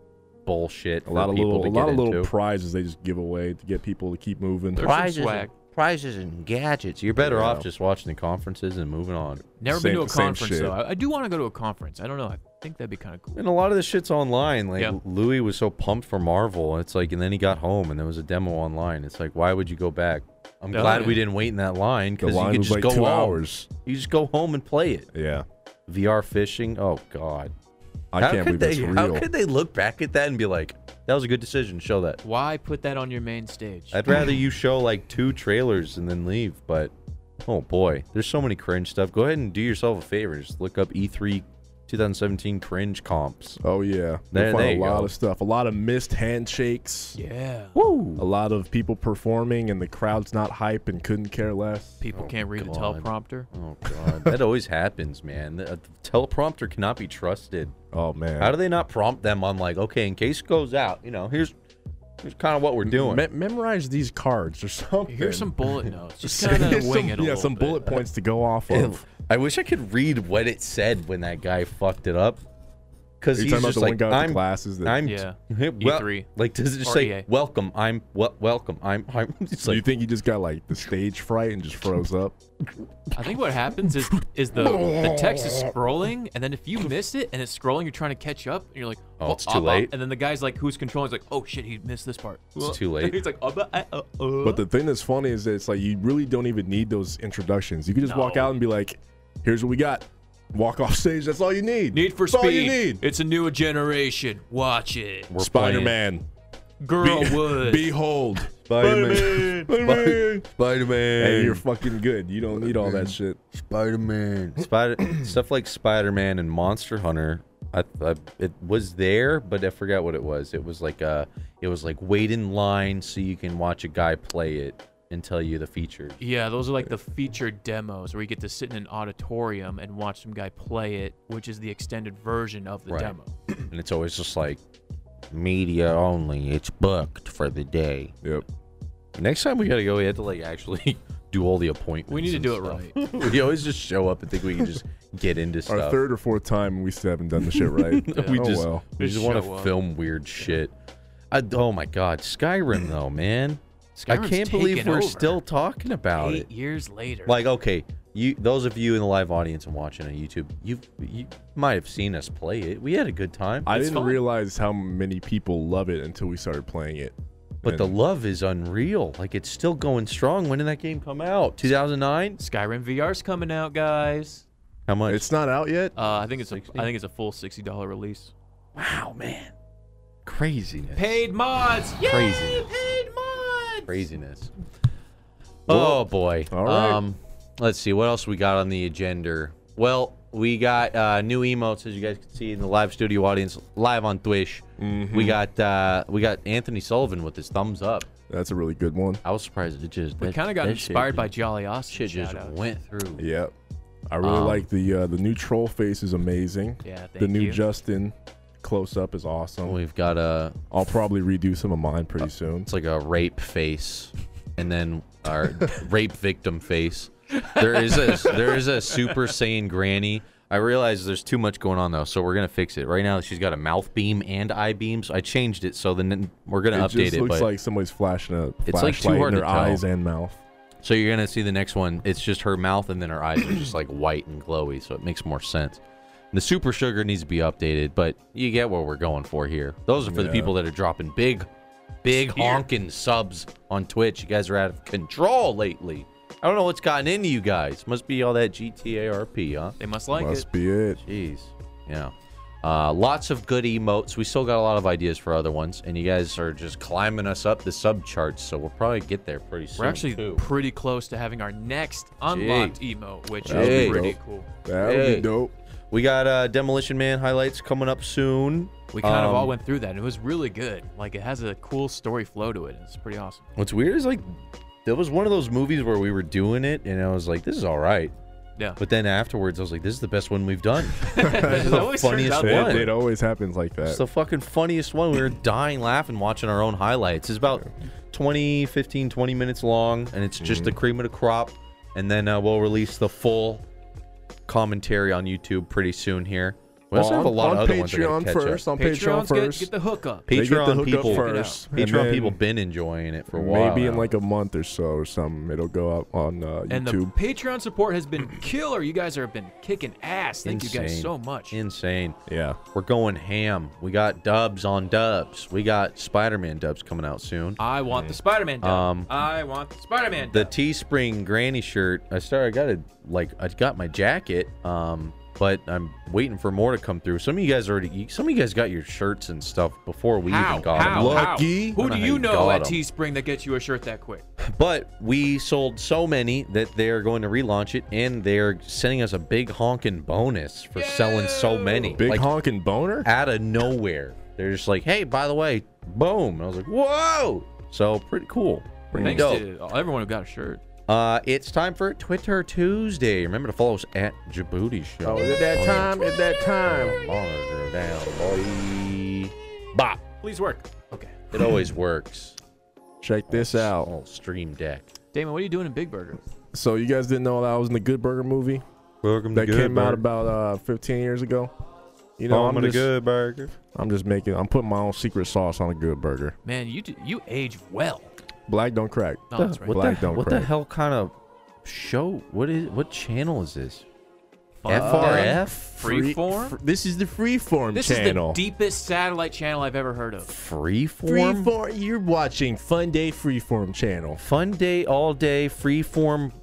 S1: bullshit.
S2: a lot
S1: for
S2: of
S1: people
S2: little,
S1: to
S2: a
S1: get
S2: lot of little
S1: into.
S2: prizes they just give away to get people to keep moving.
S3: There's some
S1: prizes,
S3: swag.
S1: and, prizes and gadgets. You're better
S2: Yeah.
S1: off just watching the conferences and moving on.
S3: Never
S2: Same-
S3: been to a
S2: same
S3: conference
S2: shit.
S3: though. I, I do want to go to a conference. I don't know. I think that'd be kind of cool.
S1: And a lot of this shit's online. Like
S3: Yeah.
S1: Louis was so pumped for Marvel. It's like, and then he got home and there was a demo online. It's like, why would you go back? I'm
S3: Yeah.
S1: glad we didn't wait in that line
S2: The
S1: because you
S2: line
S1: could
S2: was
S1: just
S2: like
S1: go
S2: two
S1: home.
S2: hours.
S1: You just go home and play it.
S2: Yeah,
S1: VR fishing. Oh God,
S2: I
S1: how
S2: can't
S1: could
S2: believe
S1: they?
S2: it's
S1: How
S2: real.
S1: could they look back at that and be like, that was a good decision. Show that.
S3: Why put that on your main stage?
S1: I'd rather you show like two trailers and then leave. But oh boy, there's so many cringe stuff. Go ahead and do yourself a favor. Just look up E E3 2017 cringe comps.
S2: Oh yeah,
S1: There-
S2: they find
S1: there
S2: a
S1: you
S2: lot
S1: go.
S2: of stuff, a lot of missed handshakes,
S3: yeah.
S1: Woo.
S2: a lot of people performing, and the crowd's not hype and couldn't care less.
S3: People can't read the
S1: God.
S3: teleprompter.
S1: Oh god, that always happens, man. The, uh, the teleprompter cannot be trusted.
S2: Oh man,
S1: How do they not prompt them on like, okay, in case it goes out, you know, here's here's kind of what we're doing.
S2: Me- memorize these cards or something? <laughs>
S3: Here's some bullet notes. Just kind of
S2: Some-
S3: wing it a
S2: yeah,
S3: little
S2: some
S1: <laughs>
S3: bit.
S2: bullet points to go off
S1: It-
S2: of.
S1: I wish I could read what it said when that guy fucked it up. Because
S2: Are you
S1: he's
S2: talking about
S1: just
S2: the
S1: like,
S2: one guy with the
S1: I'm,
S2: glasses that-
S1: I'm,
S3: Yeah.
S1: well,
S3: E3.
S1: Like, does it just
S3: Or E
S1: say,
S3: EA.
S1: welcome, I'm, well, welcome, I'm, I'm, <laughs> it's
S2: So you
S1: like,
S2: think he just got like the stage fright and just froze up?
S3: I think what happens is is the the text is scrolling, and then if you missed it and it's scrolling, you're trying to catch up, and you're like,
S1: Oh, it's too
S3: ah, ah,"
S1: late.
S3: And then the guy's like, who's controlling? He's like, oh shit, he missed this part.
S1: It's
S3: <laughs>
S1: too late.
S3: He's like, oh, but, I- uh, uh.
S2: But the thing that's funny is that it's like you really don't even need those introductions. You can just walk
S3: No.
S2: out and be like, "Here's what we got." Walk <laughs> off stage. That's all you need.
S3: Need for
S2: that's
S3: Speed.
S2: All you need.
S3: It's a new generation. Watch it.
S1: we're
S2: Spider
S1: playing
S2: Man.
S3: Girl
S1: <laughs>
S3: would.
S2: Behold.
S1: Spider-Man.
S2: <laughs> Spider-Man.
S1: Spider-Man.
S2: Hey, you're fucking good. You don't need all that shit.
S1: Spider-Man. Spider stuff like Spider-Man and Monster Hunter. I, I it was there, but I forgot what it was. It was like uh it was like wait in line so you can watch a guy play it and tell you the feature.
S3: Yeah, those are like the featured demos where you get to sit in an auditorium and watch some guy play it, which is the extended version of the
S1: Right.
S3: demo.
S1: And it's always just like media only. It's booked for the day.
S2: Yep.
S1: Next time we gotta go, we have to like actually <laughs> do all the appointments.
S3: We need to
S1: and
S3: do it
S1: stuff. <laughs>
S3: right.
S1: we always just show up and think we can just get into stuff.
S2: Our third or fourth time, we still haven't done the shit right.
S1: <laughs> we
S2: oh
S1: just
S2: well.
S1: we
S3: Just
S1: just want
S3: show
S1: to
S3: up.
S1: film weird shit. I, oh my god, Skyrim though, man. I
S3: Skyrim's
S1: can't believe
S3: taken
S1: we're
S3: over.
S1: still talking about
S3: Eight
S1: it.
S3: years later.
S1: Like, okay, you those of you in the live audience and watching on YouTube, you you might have seen us play it. We had a good time,
S2: I
S3: It's
S2: didn't
S3: fun.
S2: realize how many people love it until we started playing it.
S1: but the
S2: And
S1: love is unreal. Like, it's still going strong. When did that game come out? 2009?
S3: Skyrim VR's coming out, guys.
S1: How much?
S2: it's not out yet.
S3: Uh, I think it's a,
S1: $60?
S3: I think it's a full sixty dollar release.
S1: wow, man, craziness,
S3: Paid mods. Yay,
S1: Crazy.
S3: paid mods.
S1: craziness. Oh boy.
S2: All right.
S1: Um, let's see what else we got on the agenda. Well, we got uh, new emotes as you guys can see in the live studio audience, live on Twitch.
S3: Mm-hmm.
S1: We got uh, we got Anthony Sullivan with his thumbs up.
S2: That's a really good one.
S1: I was surprised it just
S3: We
S1: that-
S3: kind of got
S1: that shit
S3: inspired by
S1: just-
S3: Jolly Austin.
S1: shit just
S3: shout-outs.
S1: went through.
S2: Yep. I really
S1: Um,
S2: like the uh, the new troll face is amazing.
S3: Yeah, thank
S2: the new
S3: you.
S2: Justin close up is awesome.
S1: We've got uh, a
S2: I'll probably redo some of mine pretty soon.
S1: it's like a rape face, and then
S2: <laughs>
S1: our rape victim face. There is a there is a Super Saiyan Granny. I realize there's too much going on though, so we're gonna fix it right now. She's got a mouth beam and eye beams. I changed it, so then we're gonna
S2: it
S1: update
S2: just
S1: it.
S2: looks
S1: but
S2: like somebody's flashing a
S1: It's,
S2: flashlight
S1: like, too hard
S2: in
S1: to
S2: their
S1: tell.
S2: eyes and mouth.
S1: so you're gonna see the next one. It's just her mouth, and then her eyes are just like white and glowy, so it makes more sense. The super sugar needs to be updated, but you get what we're going for here. Those are for the
S2: Yeah.
S1: people that are dropping big, big honking subs on Twitch. You guys are out of control lately. I don't know what's gotten into you guys. Must be all that GTARP, huh?
S3: They must like
S2: Must
S3: it.
S2: be it.
S1: Jeez. Yeah. Uh, lots of good emotes. We still got a lot of ideas for other ones, and you guys are just climbing us up the sub charts, so we'll probably get there pretty soon.
S3: We're actually
S1: too.
S3: pretty close to having our next unlocked emote, which
S1: That'd be
S3: is pretty
S2: dope.
S3: cool.
S2: That would
S1: Hey.
S2: be dope.
S1: We got uh, Demolition Man highlights coming up soon.
S3: We kind of
S1: Um,
S3: all went through that, and it was really good. Like it has a cool story flow to it. and It's pretty awesome.
S1: What's weird is like there was one of those movies where we were doing it, and I was like, "This is all right,"
S3: Yeah.
S1: but then afterwards, I was like, "This is the best one we've done."
S3: <laughs> It
S1: the
S3: always turns
S1: funniest
S3: out
S1: That
S2: It,
S1: one.
S2: it always happens like that.
S1: It's the fucking funniest one. We were dying laughing watching our own highlights. It's about 20, 15, 20 minutes long, and it's just the
S2: Mm-hmm.
S1: cream of the crop. And then uh, we'll release the full commentary on YouTube pretty soon here. We also
S2: on,
S1: have a lot
S2: on
S1: of other
S2: Patreon
S1: ones. I gotta catch up.
S2: first. On Patreon
S3: Patreon's
S2: first.
S3: get, get the hookup.
S2: They get the
S1: Patreon
S2: hookup
S1: people,
S2: first, and
S1: Patreon
S2: then
S1: people been enjoying it for a while.
S2: Maybe in
S1: now.
S2: like a month or so or something, it'll go up on uh,
S3: And the
S2: YouTube.
S3: Patreon support has been killer. You guys have been kicking ass. Thank you guys
S1: Insane.
S3: so much.
S1: insane.
S2: yeah.
S1: We're going ham. We got dubs on dubs. We got Spider-Man dubs coming out soon.
S3: I want the Spider-Man. dub.
S1: Um,
S3: I want the Spider-Man.
S1: The
S3: dub.
S1: Teespring granny shirt. I started. I got it. Like I got my jacket. Um, but I'm waiting for more to come through. Some of you guys already. Some of you guys got your shirts and stuff before we
S3: how?
S1: even got
S3: how?
S1: them.
S3: How?
S2: Lucky.
S1: I don't know
S3: Who do
S1: how
S3: you
S1: you
S3: know
S1: got
S3: at
S1: 'em.
S3: Teespring that gets you a shirt that quick?
S1: But we sold so many that they're going to relaunch it, and they're sending us a big honking bonus for selling so many.
S2: Big
S1: Like,
S2: honking boner?
S1: out of nowhere. They're just like, hey, by the way, boom. And I was like, whoa. So pretty cool. Pretty
S3: Thanks
S1: dope.
S3: to everyone who got a shirt.
S1: Uh, it's time for Twitter Tuesday. Remember to follow us at Djibouti Show.
S2: Oh,
S1: Oh,
S2: that time? At that time?
S1: Monitor down, boy. Bop.
S3: Please work. Okay.
S1: It always works.
S2: Check this out.
S1: Oh, stream deck.
S3: Damon, what are you doing in Big Burger?
S2: So you guys didn't know that I was in the Good Burger movie?
S5: Welcome
S2: that
S5: to Good
S2: came out
S5: Burger.
S2: about uh, 15 years ago. You know,
S5: Welcome
S2: I'm
S5: to
S2: just,
S5: Good Burger.
S2: I'm just making, I'm putting my own secret sauce on a good burger.
S3: Man, you do, you age well.
S2: Black don't crack.
S3: No, Oh, that's right.
S1: What,
S2: Black
S1: the,
S2: don't
S1: what the
S2: crack.
S1: hell kind of show? What is? What channel is this?
S3: Fuck.
S1: FRF
S2: Free-
S3: Freeform?
S2: fr- this is the Freeform
S3: this
S2: channel.
S3: is the deepest satellite channel I've ever heard of.
S1: Freeform.
S2: Freeform. You're watching Fun Day Freeform channel.
S1: Fun day all day. Freeform.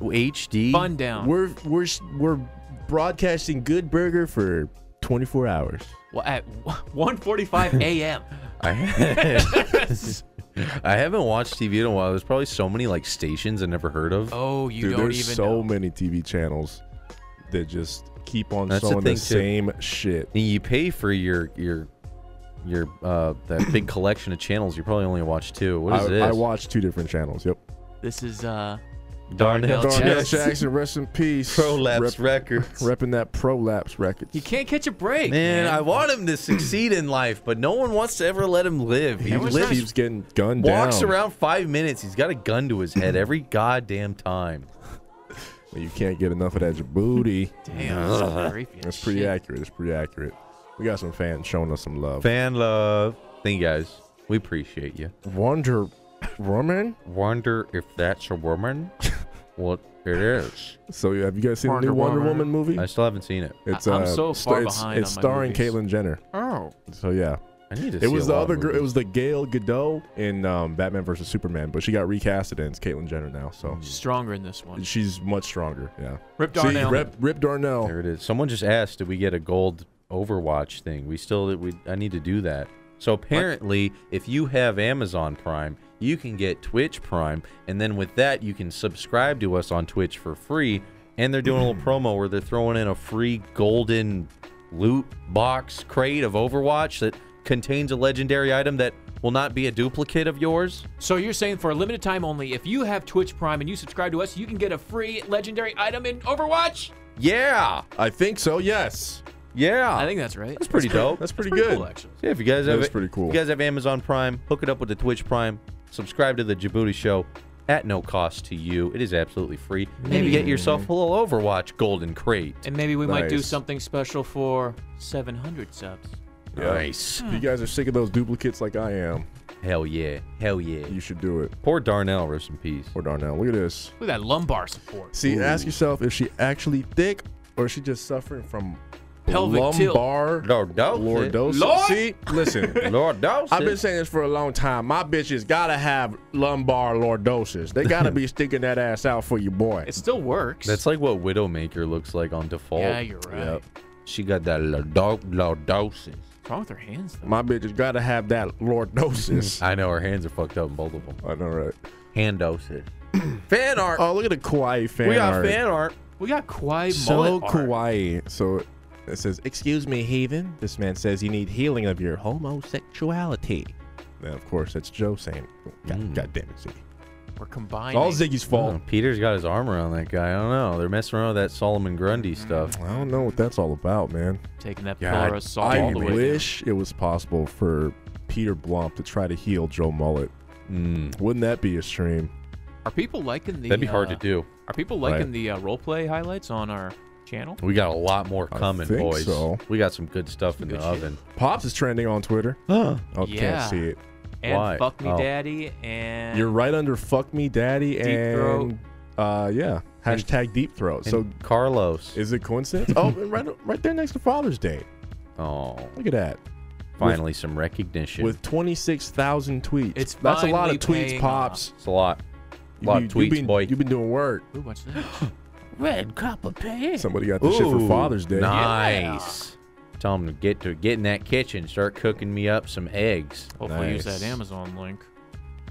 S1: HD.
S3: Fun down.
S2: We're we're s- we're broadcasting Good Burger for 24 hours.
S3: well, at <laughs> 1:45 a.m.
S1: I, <laughs> I haven't watched TV in a while. There's probably so many like stations I never heard of.
S3: Oh, you
S2: Dude,
S3: don't
S2: there's
S3: even
S2: so
S3: know.
S2: many TV channels that just keep on
S1: That's the
S2: showing the,
S1: thing, too.
S2: same shit.
S1: And you pay for your your your uh that big collection of channels. You probably only watch two. What is
S2: I,
S1: this?
S2: I watch two different channels. Yep.
S3: This is uh
S1: Darnell
S3: Darnell
S1: Jackson.
S2: Darnell
S3: Yes.
S2: Jackson, rest in peace.
S1: Prolapse
S2: Rep-
S1: Records.
S2: repping that prolapse record.
S3: you can't catch a break.
S1: Man, I want him to succeed in life, but no one wants to ever let him live. He
S2: He
S3: Everyone's
S1: lives,
S3: trying
S2: keeps getting gunned
S1: walks
S2: down.
S1: around five minutes. He's got a gun to his head every goddamn time.
S2: You can't get enough of that Djibouti.
S3: Damn, that's so creepy.
S2: That's pretty
S3: Shit.
S2: accurate. That's pretty accurate. We got some fans showing us some love.
S1: Fan love. Thank you guys. We appreciate you.
S2: Wonder Woman.
S1: Wonder if that's a <laughs> woman. what it is.
S2: So have you guys seen the
S3: Wonder
S2: new Wonder
S3: Woman.
S2: Woman, movie?
S1: I still haven't seen it.
S2: It's
S3: I- I'm
S2: uh,
S3: so
S2: sta-
S3: far
S2: it's,
S3: behind
S2: It's
S3: on my
S2: starring
S3: movies.
S2: Caitlyn Jenner.
S3: Oh,
S2: So yeah,
S1: I need to see
S2: it was
S1: a
S2: the
S1: lot
S2: other
S1: of
S2: girl. It
S1: movies.
S2: was the Gail Godot in um, Batman versus Superman, but she got recasted and it's Caitlyn Jenner now. So
S1: Mm.
S3: stronger in this one.
S2: she's much stronger. Yeah.
S3: Rip
S2: See,
S3: Darnell.
S2: Rip, Rip Darnell.
S1: There it is. Someone just asked, did we get a gold Overwatch thing? We still we I need to do that. So apparently, if you have Amazon Prime, you can get Twitch Prime, and then with that, you can subscribe to us on Twitch for free. And they're doing a little promo where they're throwing in a free golden loot box crate of Overwatch that contains a legendary item that will not be a duplicate of yours.
S3: So you're saying for a limited time only, if you have Twitch Prime and you subscribe to us, you can get a free legendary item in Overwatch?
S1: Yeah,
S2: I think so. Yes.
S1: yeah.
S3: I think that's right.
S1: that's pretty dope.
S2: That's pretty,
S3: pretty
S2: good.
S3: cool, actually.
S1: Yeah, if you guys
S2: That
S1: have
S2: is pretty cool.
S1: If you guys have Amazon Prime, hook it up with the Twitch Prime. Subscribe to the Djibouti Show at no cost to you. It is absolutely free. Maybe get yourself a little Overwatch Golden Crate.
S3: And maybe we might do
S2: Nice.
S3: something special for 700 subs.
S2: Yeah.
S1: Nice.
S2: If you guys are sick of those duplicates like I am,
S1: Hell yeah. Hell yeah.
S2: you should do it.
S1: Poor Darnell, rest in
S2: <laughs>
S1: peace.
S2: Or Darnell. Look at this.
S3: Look at that lumbar support.
S2: See, ask yourself if she actually thick or is she just suffering from
S3: Pelvic tilt.
S2: lumbar
S1: Lordosis.
S2: lordosis.
S3: Lord-
S2: See,
S3: <laughs>
S2: listen.
S1: Lord Dawson.
S2: I've been saying this for a long time. My bitches gotta have lumbar lordosis. They gotta
S3: <laughs>
S2: be sticking that ass out for your boy.
S3: It still works.
S1: That's like what Widowmaker looks like on default.
S3: yeah, you're right.
S2: Yep.
S1: She got that lordo- lordosis.
S3: What's wrong with her hands, though?
S2: My bitches gotta have that lordosis.
S3: <laughs>
S1: I know her hands are fucked up in both of them.
S2: I know, right? <clears throat>
S1: Handosis. fan art.
S2: Oh, look at the kawaii fan
S1: we got
S2: art.
S1: fan art.
S3: We got Kawhi
S2: so
S3: mullet art.
S2: kawaii. So it says,
S4: Excuse me, Haven. This man says you need healing of your homosexuality.
S2: now, of course, that's Joe saying, "Oh, God,
S1: Mm.
S2: God damn it, Ziggy.
S3: We're
S2: It's
S3: combining.
S2: all Ziggy's fault.
S1: Oh, Peter's got his arm around that guy. I don't know. They're messing around with that Solomon Grundy stuff.
S2: I don't know what that's all about, man.
S3: Taking that
S1: God,
S3: pillar of salt
S2: I
S3: all the way down.
S2: wish it was possible for Peter Blump to try to heal Joe Mullet.
S1: Mm,
S2: Wouldn't that be a stream?
S3: Are people liking the?
S1: that'd be hard to
S3: uh,
S1: do.
S3: Are people
S2: Right.
S3: liking the uh, role play highlights on our channel?
S1: We got a lot more coming,
S2: think
S1: boys.
S2: so.
S1: We got some good stuff in
S3: good
S1: the
S3: shit.
S1: oven.
S2: Pops is trending on Twitter.
S1: Huh.
S2: Oh,
S3: Yeah.
S2: can't see it.
S3: And
S1: Why?
S3: fuck me,
S1: Oh.
S3: daddy. And
S2: You're right under "fuck me, daddy" and uh, yeah, hashtag deep throat.
S1: So
S2: So
S1: Carlos.
S2: is it coincidence?
S1: <laughs>
S2: oh, and right, right there next to Father's Day.
S1: Oh,
S2: Look at that.
S1: finally some recognition.
S2: With 26,000 tweets.
S3: It's
S2: that's a lot
S3: finally
S2: of tweets,
S3: paying
S2: pops.
S1: it's a lot. A lot of tweets,
S2: you've been,
S1: boy.
S2: You've been doing work.
S1: <laughs>
S3: Ooh, what's that?
S1: <gasps> Red cup of tea.
S2: Somebody got this shit for Father's Day.
S1: Nice. Tell him to get to get in that kitchen, start cooking me up some eggs.
S3: Hopefully, use
S2: Nice.
S3: that Amazon link.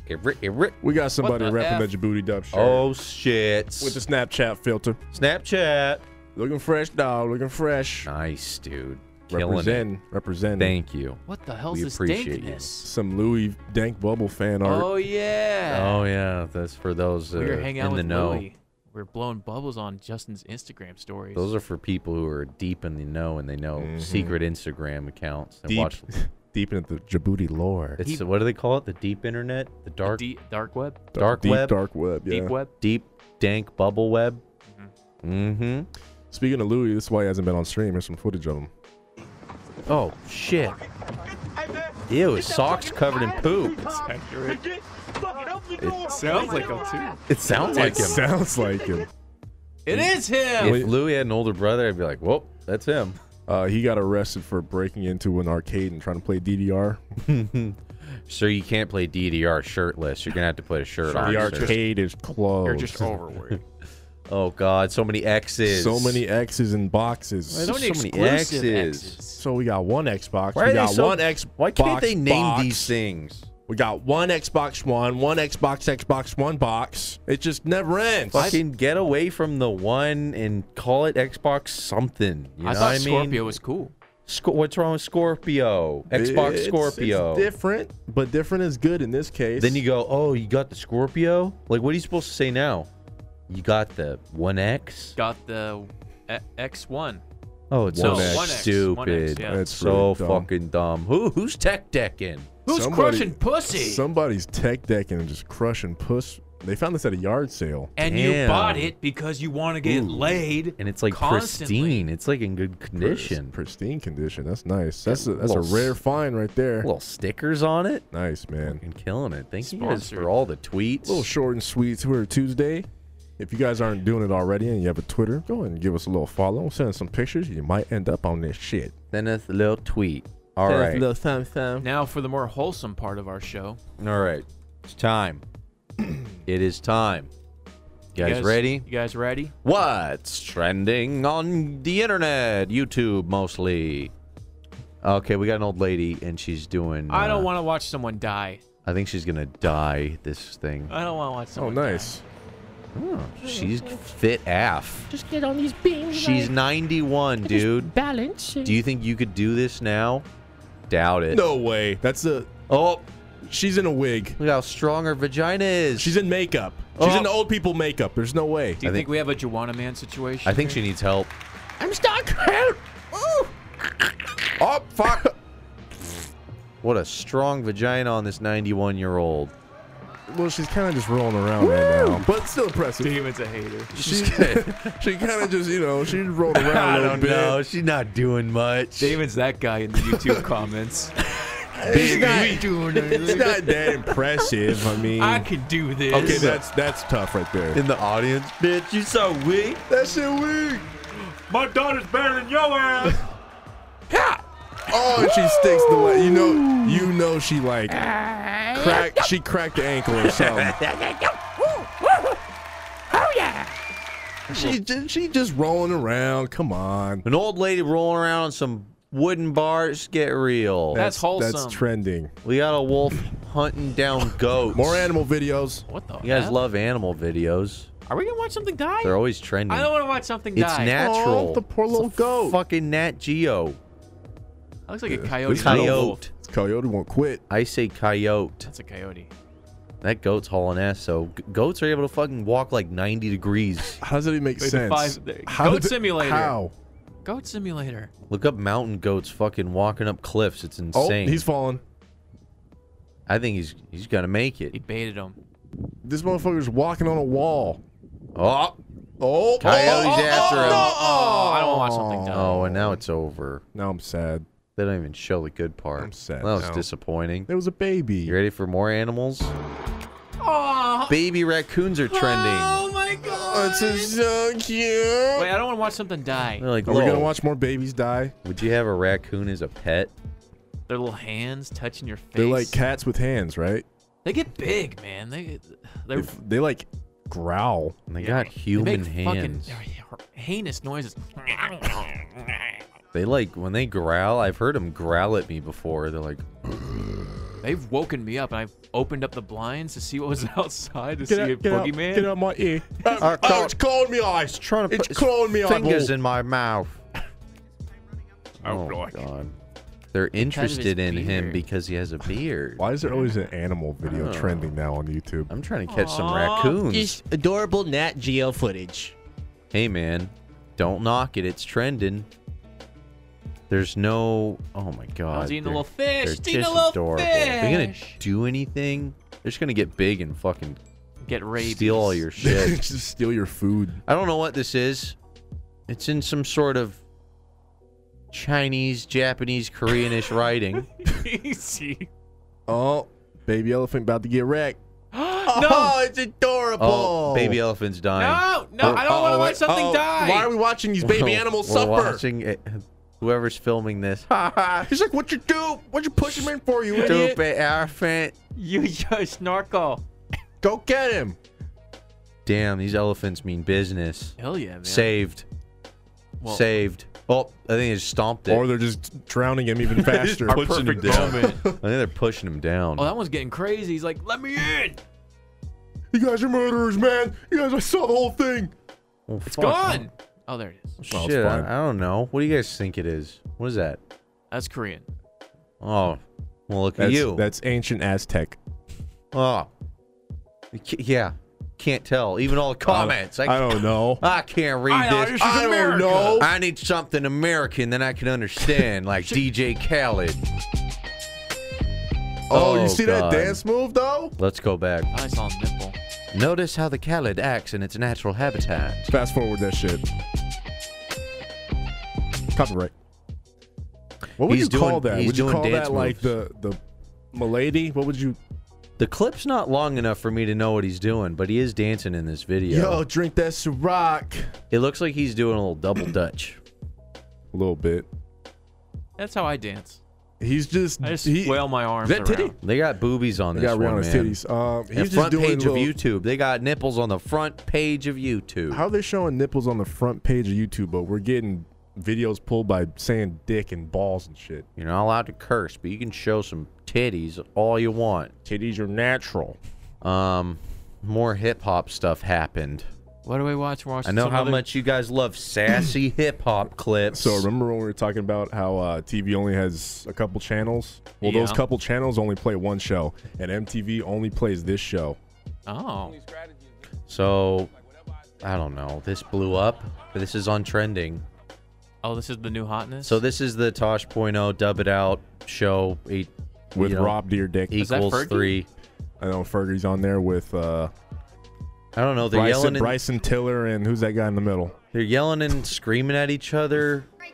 S1: Eh, ri- eh, ri-
S2: We got somebody
S3: the
S2: repping the
S3: F?
S2: Djibouti Dub shirt
S1: Oh shit!
S2: with the Snapchat filter.
S1: Snapchat.
S2: Looking fresh, dog. Looking fresh.
S1: Nice, dude. Killing it.
S2: Represent, represent.
S1: Thank you.
S3: What the hell's
S1: We
S3: this
S1: appreciate you.
S3: dankness?
S2: Some Louis Dank Bubble fan art.
S3: Oh yeah.
S1: Oh yeah, that's for those uh,
S3: we were hanging
S1: in
S3: out
S1: the
S3: with
S1: know.
S3: Louie. We were blowing bubbles on Justin's Instagram stories.
S1: Those are for people who are deep in the know and they know secret Instagram accounts and
S2: Deep.
S1: watch.
S2: <laughs> Deep into the Djibouti lore.
S1: It's what do they call it? The deep internet, the dark,
S3: Deep, dark web,
S1: dark
S2: deep
S1: web,
S2: dark web. Yeah.
S3: deep web.
S1: deep dank bubble web. Mm-hmm.
S2: Speaking of Louis, this is why he hasn't been on stream. Here's some footage of him.
S1: Oh shit. Ew, his socks covered in poop.
S5: It
S3: Sounds like him too.
S1: It sounds like
S2: It
S1: him.
S2: <laughs> sounds like him.
S3: It is him.
S1: If Louis had an older brother, I'd be like, whoop, that's him.
S2: Uh, he got arrested for breaking into an arcade and trying to play DDR.
S1: So you can't play DDR shirtless. You're gonna have to put a shirt on.
S2: The
S1: sir.
S2: arcade is closed.
S3: You're just overworried.
S1: Oh god, so many X's.
S2: so many X's and boxes.
S1: Why
S3: so
S1: don't-
S3: many
S1: So many
S3: exclusive
S1: X's.
S3: X's.
S2: So we got one Xbox.
S1: Why
S2: we
S1: are they
S2: got
S1: so?
S2: one Xbox.
S1: why can't they name
S2: box.
S1: these things?
S2: We got one Xbox One, one Xbox, Xbox One box. It just never ends.
S1: Fucking get away from the one and call it Xbox something. You
S3: I
S1: know
S3: thought
S1: what I mean?
S3: Scorpio was cool.
S1: Sco- what's wrong with Scorpio? Xbox
S2: It's- it's
S1: Scorpio.
S2: different, but different is good in this case.
S1: then you go, oh, you got the Scorpio. Like, what are you supposed to say now? You got the One X.
S3: Got the e- X1.
S1: Oh, it's
S2: One
S1: so
S2: X.
S3: One X,
S1: stupid.
S3: one X, yeah.
S2: That's
S1: so
S2: really dumb.
S1: fucking dumb. Who who's tech decking?
S3: Who's
S2: Somebody-
S3: crushing pussy?
S2: Somebody's tech decking and just crushing puss. They found this at a yard sale.
S3: and you bought
S1: Damn.
S3: it because you want to get
S1: Ooh.
S3: laid.
S1: And it's like
S3: constantly.
S1: pristine. It's like in good condition.
S2: Pris- pristine condition. That's nice. That's a,
S1: Got
S2: that's a
S1: little
S2: rare
S1: s-
S2: find right there.
S1: Little stickers on it.
S2: Nice man.
S1: And killing it. Thank you guys
S3: Sponsored.
S1: for all the tweets.
S2: A little short and sweet Twitter Tuesday. If you guys aren't doing it already and you have a Twitter, go ahead and give us a little follow. Send us some pictures. You might end up on this shit.
S1: Send us a little tweet. All
S4: Send us
S1: right.
S4: a little thumb thumb.
S3: Now for the more wholesome part of our show.
S1: All right. It's time. <clears throat> it is time. You
S3: You
S1: guys, ready?
S3: You guys ready?
S1: What's trending on the internet? YouTube mostly. Okay, we got an old lady and she's doing.
S3: I
S1: uh,
S3: don't want to watch someone die.
S1: I think she's gonna die this thing.
S3: I don't want to watch
S2: Oh,
S3: someone.
S2: nice.
S1: Oh, she's fit AF.
S7: Just get on these beams.
S1: She's
S7: and
S1: 91,
S7: I just
S1: dude.
S7: Balance.
S1: Do you think you could do this now? Doubt it.
S2: No way. That's a.
S1: Oh,
S2: She's in a wig.
S1: look how strong her vagina is.
S2: She's in makeup. She's
S1: Oh.
S2: in old people makeup. There's no way.
S3: Do you
S1: I
S3: think,
S1: think-
S3: we have a Juana man situation?
S1: I think she
S3: here?
S1: needs help.
S7: I'm stuck.
S1: Oh, fuck. what a strong vagina on this 91 year old.
S2: <laughs> Well, she's kind of just rolling around right now, but still impressive.
S3: Damon's a hater.
S2: She, <laughs> she kind of just, you know, she rolled around a little bit.
S1: She's not doing much.
S3: Damon's that guy in the
S1: <laughs>
S3: YouTube comments.
S2: Baby, it's not that impressive. I mean,
S3: I could do this.
S2: okay, that's that's tough right there.
S1: in the audience, bitch, you so weak.
S2: That shit weak.
S3: my daughter's better than your ass.
S2: Oh, and she sticks the leg. You know, you know, she like
S1: Ah.
S2: cracked. She cracked the ankle
S1: <laughs>
S2: or something.
S1: Oh,
S2: She just, she just rolling around. Come on.
S1: An old lady rolling around on some wooden bars. Get real.
S3: That's wholesome.
S2: That's trending.
S1: We got a wolf hunting
S2: <laughs>
S1: down goats.
S2: More animal videos.
S3: What the?
S1: You guys
S3: heck?
S1: love animal videos.
S3: Are we gonna watch something die?
S1: They're always trending.
S3: I don't want to watch something
S1: it's
S3: die.
S1: natural.
S2: Oh, the poor
S1: It's
S2: little
S1: a
S2: goat.
S1: Fucking Nat Geo.
S3: That looks like a coyote.
S2: This
S3: not a
S1: coyote.
S3: wolf.
S2: Coyote won't quit.
S1: I say coyote.
S3: That's a coyote.
S1: That goat's hauling ass. So g- goats are able to fucking walk like 90 degrees.
S2: How does that even make
S3: Wait, the
S2: sense?
S3: five- the
S2: How
S3: Goat
S2: did-
S3: Simulator.
S2: How?
S3: Goat simulator.
S1: Look up mountain goats fucking walking up cliffs. It's
S2: Oh,
S1: insane.
S2: he's falling.
S1: I think he's he's gonna make
S3: He
S1: it.
S3: baited him.
S2: This motherfucker's walking on a wall.
S1: Oh,
S2: Oh,
S1: Coyote's
S2: oh, oh,
S1: after
S2: oh,
S1: him.
S2: no.
S3: Oh, I don't want to watch something die.
S1: oh, and now it's over.
S2: Now I'm sad.
S1: They don't even show the good part.
S2: I'm sad
S1: That was
S2: now.
S1: disappointing.
S2: There was a baby.
S1: You ready for more animals?
S3: Oh,
S1: Baby raccoons are trending.
S3: Oh my
S2: Oh,
S3: god.
S2: it's so cute.
S3: Wait, I don't want to watch something die.
S1: They're like,
S2: Are we gonna
S1: "Lol,
S2: watch more babies die?
S1: would you have a raccoon as a pet?
S3: Their little hands touching your face.
S2: They're like cats with hands, right?
S3: They get big, man. They
S2: They,
S3: they're,
S2: f- they like growl.
S1: And they
S3: Yeah.
S1: got
S3: they
S1: human
S3: make
S1: hands.
S3: fucking heinous noises. <laughs>
S1: They like when they growl. I've heard them growl at me before. They're like,
S3: They've woken me up, and I've opened up the blinds to see what was <laughs> outside to see a boogeyman.
S2: get out my ear.
S1: <laughs>
S2: oh,
S1: God.
S2: it's calling me eyes.
S1: trying to
S2: It's
S1: put
S2: calling me
S1: fingers
S2: eyeball.
S1: in my mouth. Oh, God. They're
S3: his
S1: interested in him
S3: beard.
S1: because he has a beard.
S2: Why is there always an animal video
S1: Oh.
S2: trending now on YouTube?
S1: I'm trying to catch some
S3: Aw.
S1: raccoons.
S4: Just adorable Nat Geo footage.
S1: Hey, man, don't knock it. It's trending. There's no. Oh my God.
S3: I was eating a
S1: they're-
S3: little fish.
S1: They're
S3: Eating
S1: just
S3: a little
S1: adorable.
S3: fish.
S1: They're gonna do anything. They're just gonna get big and fucking
S3: get rabies.
S1: Steal all
S3: <laughs>
S1: your shit.
S2: <laughs> Just steal your food.
S1: I don't know what this is. It's in some sort of Chinese, Japanese, Koreanish writing.
S3: Easy.
S2: Oh, baby elephant about to get wrecked.
S3: <laughs> no,
S2: it's adorable.
S1: Oh, baby elephant's dying.
S3: no, no! I don't want to watch something die.
S2: oh, Why are <laughs> we watching these
S1: <laughs>
S2: baby
S1: We're-
S2: animals
S1: we're
S2: suffer?
S1: Watching it, whoever's filming
S3: <laughs>
S1: this.
S2: <laughs> He's like, what you do? What you push him in for, you idiot?
S1: Stupid elephant.
S3: you just snorkel.
S2: Go get him.
S1: Damn, these elephants mean business.
S3: Hell yeah, man.
S1: Saved.
S3: Well-
S1: Saved. Oh, I think they just stomped it.
S2: Or they're just drowning him <laughs> even faster.
S1: Our perfect moment. I think they're pushing him down.
S3: Oh, that one's getting crazy. He's like, "Let me in."
S2: <laughs> You guys are murderers, man. You guys, I saw the whole thing.
S1: Oh,
S3: It's
S1: fuck.
S3: gone. Oh, there it is.
S2: Well, it's
S1: Shit, I,
S2: fine.
S1: I don't know. What do you guys think it is? What is that?
S3: That's Korean.
S1: Oh, well, look
S2: That's,
S1: at you.
S2: That's ancient Aztec.
S1: Oh, You ca- yeah. Can't tell. Even all the comments. I,
S2: I don't know.
S1: I can't read
S3: I know,
S1: this.
S3: this is
S1: I
S3: America.
S1: don't know. I need something American that I can understand,
S2: <laughs>
S1: like DJ Khaled.
S2: Oh, you see
S1: God.
S2: that dance move though?
S1: Let's go back.
S3: I saw a nipple.
S1: Notice how the Khaled acts in its natural habitat.
S2: Fast forward that shit. Copyright. What would
S1: He's
S2: you call
S1: doing-
S2: that?
S1: he's
S2: Would you
S1: doing
S2: call
S1: dance
S2: that like the
S1: moves.
S2: the milady? What would you?
S1: The clip's not long enough for me to know what he's doing, but he is dancing in this video.
S2: Yo, drink that Ciroc.
S1: It looks like he's doing a little double dutch.
S2: A little bit.
S3: That's how I dance.
S2: He's just.
S3: I just
S2: he,
S3: wail my arms
S2: that titty?
S3: around.
S1: They got boobies on
S2: They
S1: this
S2: got
S1: one,
S2: Rihanna's
S1: man.
S2: titties. Um, he's
S1: The
S2: just
S1: front
S2: doing
S1: page
S2: little,
S1: of YouTube. They got nipples on the front page of YouTube.
S2: How are they showing nipples on the front page of YouTube, but we're getting videos pulled by saying dick and balls and shit.
S1: You're not allowed to curse, but you can show some titties all you want.
S2: Titties are natural.
S1: Um, more hip hop stuff happened.
S3: What do we watch? We're watching
S1: I know
S3: some
S1: how
S3: other-
S1: much you guys love
S3: <clears throat>
S1: sassy hip hop clips.
S2: So remember when we were talking about how uh, TV only has a couple channels? Well, those
S3: Yeah.
S2: couple channels only play one show, and MTV only plays this show.
S3: Oh,
S1: So, I don't know. This blew up. This is on trending.
S3: oh, this is the new hotness.
S1: So this is the Tosh.0 dub it out show eight
S2: With
S1: you know,
S2: Rob Deer Dick,
S3: Is that
S1: equals
S3: Fergie?
S1: three.
S2: I know Fergie's on there with uh,
S1: I don't know. They're
S2: Bryson,
S1: yelling. And,
S2: Bryson Tiller, and who's that guy in the middle?
S1: They're yelling and screaming at each other. They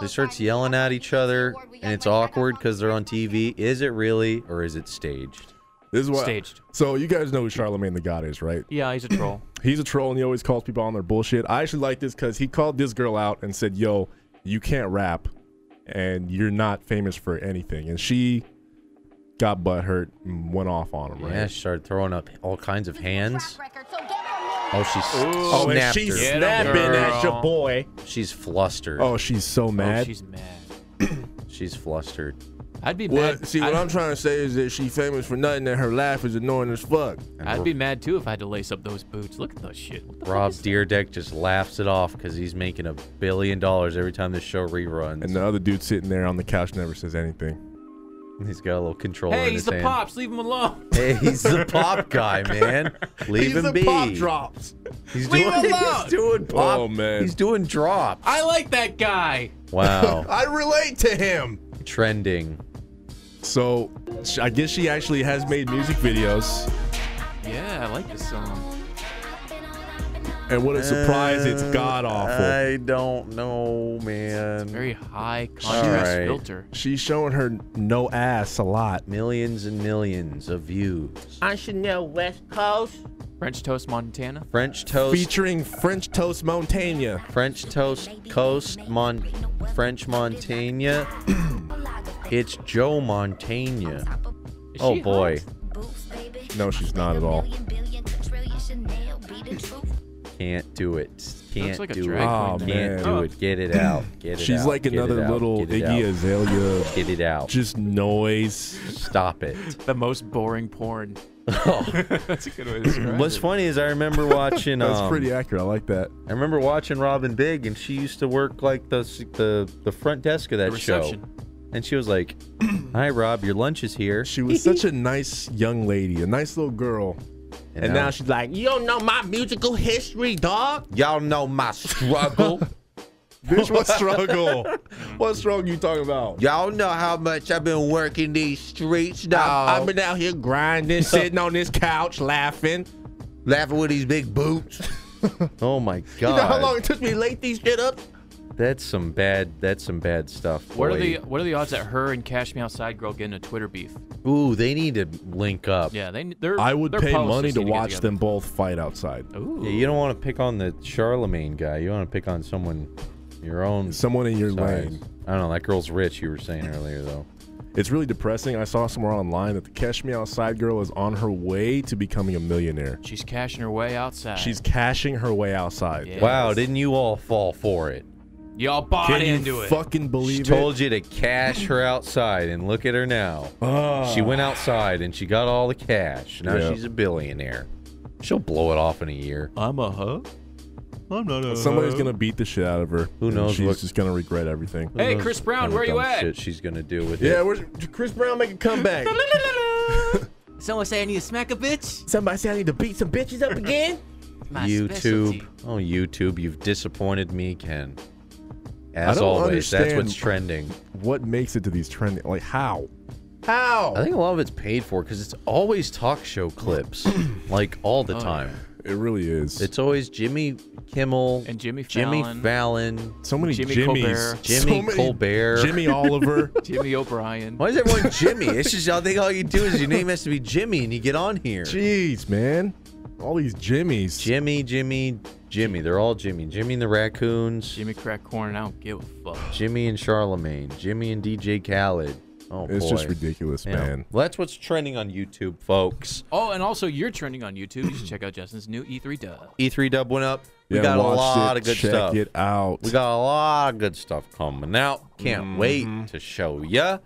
S5: They
S1: starts yelling at each other, and it's awkward because they're on TV. Is it really, or is it staged?
S2: This is what
S3: Staged.
S2: So you guys know who Charlemagne the God is, right?
S3: yeah, he's a
S1: <clears throat>
S3: troll. Oh,
S2: He's a troll and he always calls people on their bullshit. I actually like this because he called this girl out and said, "Yo, you can't rap, and you're not famous for anything." And she got butt hurt and went off on him, right?
S1: Yeah, she started throwing up all kinds of hands. Oh, she's
S4: Oh, and
S1: snapped
S4: she's
S1: her.
S3: Yeah,
S4: snapping at
S3: girl.
S4: your boy.
S1: She's flustered.
S2: Oh, she's so mad.
S3: Oh, she's mad.
S1: She's flustered.
S3: I'd be mad. I'd,
S2: trying to say is that she's famous for nothing, and her laugh is annoying as fuck.
S3: I'd be mad too if I had to lace up those boots. Look at those shit. What the fuck
S1: Rob
S3: is that?
S1: Deerdeck just laughs it off because he's making a billion dollars every time this show reruns.
S2: And the other dude sitting there on the couch never says anything.
S1: he's got a little controller
S3: Hey,
S1: in
S3: he's
S1: his
S3: the
S1: hand.
S3: pops. Leave him alone. <laughs>
S1: Hey, he's the pop guy, man. Leave him be.
S2: drops.
S1: He's
S3: Leave
S1: doing, <laughs>
S3: him alone.
S1: he's doing pop.
S2: Oh, man.
S1: He's doing drops.
S3: I like that guy.
S1: wow.
S2: I relate to him.
S1: Trending.
S2: So, sh- I guess she actually has made music videos.
S3: Yeah, I like this song.
S2: And what a surprise! it's god awful.
S1: Uh, I don't know, man.
S3: Very high contrast
S1: Alright.
S3: filter.
S2: She's showing her no ass a lot.
S1: Millions and millions of views.
S7: I should know West Coast.
S3: French toast Montana.
S1: French toast.
S2: Featuring French Toast Montana.
S1: French toast coast. Mon- French
S3: <coughs>
S1: Montana. it's Joe Montana.
S3: Is
S1: Oh
S3: she
S1: boy,
S3: hot?
S2: No, she's not at all.
S1: can't do it. Can't
S3: like a
S1: do it.
S3: drag
S2: queen there.
S1: Can't
S2: Oh,
S1: do
S2: man.
S1: it. Get it
S2: <coughs>
S1: out. Get it
S2: She's
S1: out.
S2: like
S1: Get it
S2: another
S1: out.
S2: little
S1: Get it
S2: Iggy
S1: out.
S2: Azalea.
S1: Get it out.
S2: Just noise.
S1: Stop it.
S3: The most boring porn. That's a good way to describe
S1: What's funny is I remember watching.
S2: <laughs> That's
S1: um,
S2: pretty accurate. I like that.
S1: I remember watching Robin Big, and she used to work like the the the front desk of that
S3: The
S1: show.
S3: reception.
S1: And she was <clears throat> like, "Hi, Rob, your lunch is here."
S2: She was <laughs> such a nice young lady, a nice little girl.
S1: And now
S4: she's like, you don't know my musical history, dog.
S1: <laughs> Y'all know my struggle.
S4: <laughs>
S2: Bitch, what struggle? What's wrong you talking about?
S1: Y'all know how much I've been working these streets now.
S4: I've been out here
S3: <laughs>
S4: grinding, sitting on this couch, laughing.
S1: laughing with these big boots. <laughs> oh <laughs> my god.
S4: You know how long it took me to late these shit up?
S1: That's some bad that's some bad stuff.
S3: What are the
S1: boy.
S3: What are the odds that her and Cash Me Outside girl get in a Twitter beef?
S1: Ooh, they need to link up.
S3: Yeah, they they're.
S2: I would
S3: their
S2: pay
S3: posts
S2: money
S3: just
S2: to
S3: need get
S2: watch
S3: together.
S2: them both fight outside.
S3: Ooh.
S1: Yeah, you don't want to pick on the Charlemagne guy. You want to pick on someone your own.
S2: Someone in your
S1: size.
S2: lane.
S1: I don't know. That girl's rich. You were saying earlier though.
S2: It's really depressing. I saw somewhere online that the Catch Me Outside girl is on her way to becoming a millionaire.
S3: She's cashing her way outside.
S2: She's cashing her way outside.
S3: Yeah.
S1: Wow, didn't you all fall for it?
S3: y'all bought
S2: Can you
S3: into it.
S2: fucking
S1: She
S2: believe it?
S1: told you to cash her outside, and look at her now. She went outside and she got all the cash. Now
S2: Ah. Yeah.
S1: she's a billionaire. She'll blow it off in a year.
S3: I'm a huh? I'm not a.
S2: Somebody's gonna beat the shit out of her.
S1: Who
S2: and
S1: knows
S2: She's
S1: what-
S2: just gonna regret everything.
S1: Who
S3: Hey,
S1: knows
S3: Chris
S1: what
S3: Brown,
S1: kind of
S3: where you
S1: dumb
S3: at?
S1: Shit she's gonna do with
S2: Yeah,
S1: it.
S2: where's Chris Brown make a <laughs> comeback?
S6: Someone say I need to smack a bitch?
S4: Somebody said I need to beat some bitches up again.
S6: My
S1: YouTube.
S6: specialty.
S1: Oh, YouTube, you've disappointed me, Ken.
S2: I
S1: As
S2: don't
S1: always, that's
S2: understand-
S1: what's trending.
S2: <laughs> What makes it to these trending? Like how?
S1: I think a lot of it's paid for because it's always talk show clips, like all the time.
S2: It really is.
S1: It's always Jimmy Kimmel
S3: And Jimmy
S1: Jimmy
S3: Fallon.
S1: Fallon,
S2: so many
S3: Jimmy
S2: Jimmys.
S3: Colbert.
S1: Jimmy
S2: so many-
S1: Colbert. <laughs>
S2: Jimmy Oliver.
S3: Jimmy O'Brien.
S1: Why is everyone Jimmy? It's just I think all you do is your name has to be Jimmy, and you get on here.
S2: Jeez, man. All these Jimmys.
S1: Jimmy, Jimmy, Jimmy. They're all Jimmy. Jimmy and the raccoons.
S3: Jimmy crack corn. I don't give a fuck.
S1: Jimmy and Charlemagne. Jimmy and DJ Khaled. Oh boy.
S2: it's just ridiculous,
S1: Yeah.
S2: man.
S1: Well, that's what's trending on YouTube, folks.
S3: Oh, and also you're trending on YouTube. You should check out Justin's new E3 dub.
S1: E3 dub went E up. We
S2: Yeah,
S1: got a
S2: watch
S1: lot
S2: it,
S1: of good
S2: check
S1: stuff.
S2: it out.
S1: We got a lot of good stuff coming out. Can't
S2: Mm-hmm.
S1: wait to show ya.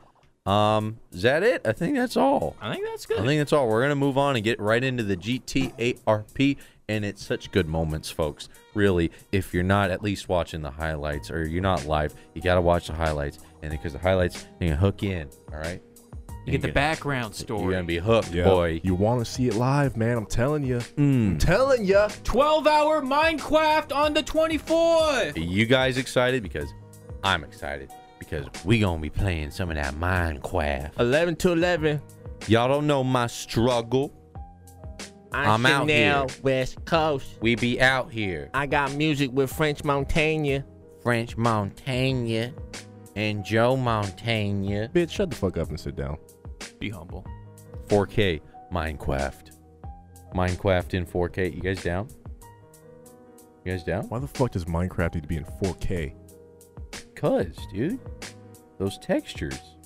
S1: Um, is that it? I think that's all.
S3: I think that's good.
S1: I think that's all. We're gonna move on and get right into the GTARP, and it's such good moments, folks. Really, if you're not at least watching the highlights or you're not live, you gotta watch the highlights, and because the highlights, you can hook in. All right,
S3: you get the background
S1: You're
S3: story.
S1: gonna be hooked,
S2: Yeah.
S1: boy.
S2: You want to see it live, man. I'm telling you.
S1: Mm.
S3: 12 hour Minecraft on the 24th.
S1: Are you guys excited? Because I'm excited because we gonna be playing some of that Minecraft.
S4: 11 to 11.
S1: Y'all don't know my struggle. I'm out
S4: Chanel, West Coast.
S1: We be out here,
S4: I got music with French Montana.
S1: French Montaigne and Joe Montaigne.
S2: Bitch, shut the fuck up and sit down.
S3: Be humble.
S1: 4K Minecraft. Minecraft in 4K. You guys down? You guys down?
S2: Why the fuck does Minecraft need to be in 4K?
S1: Cuz, dude. Those textures.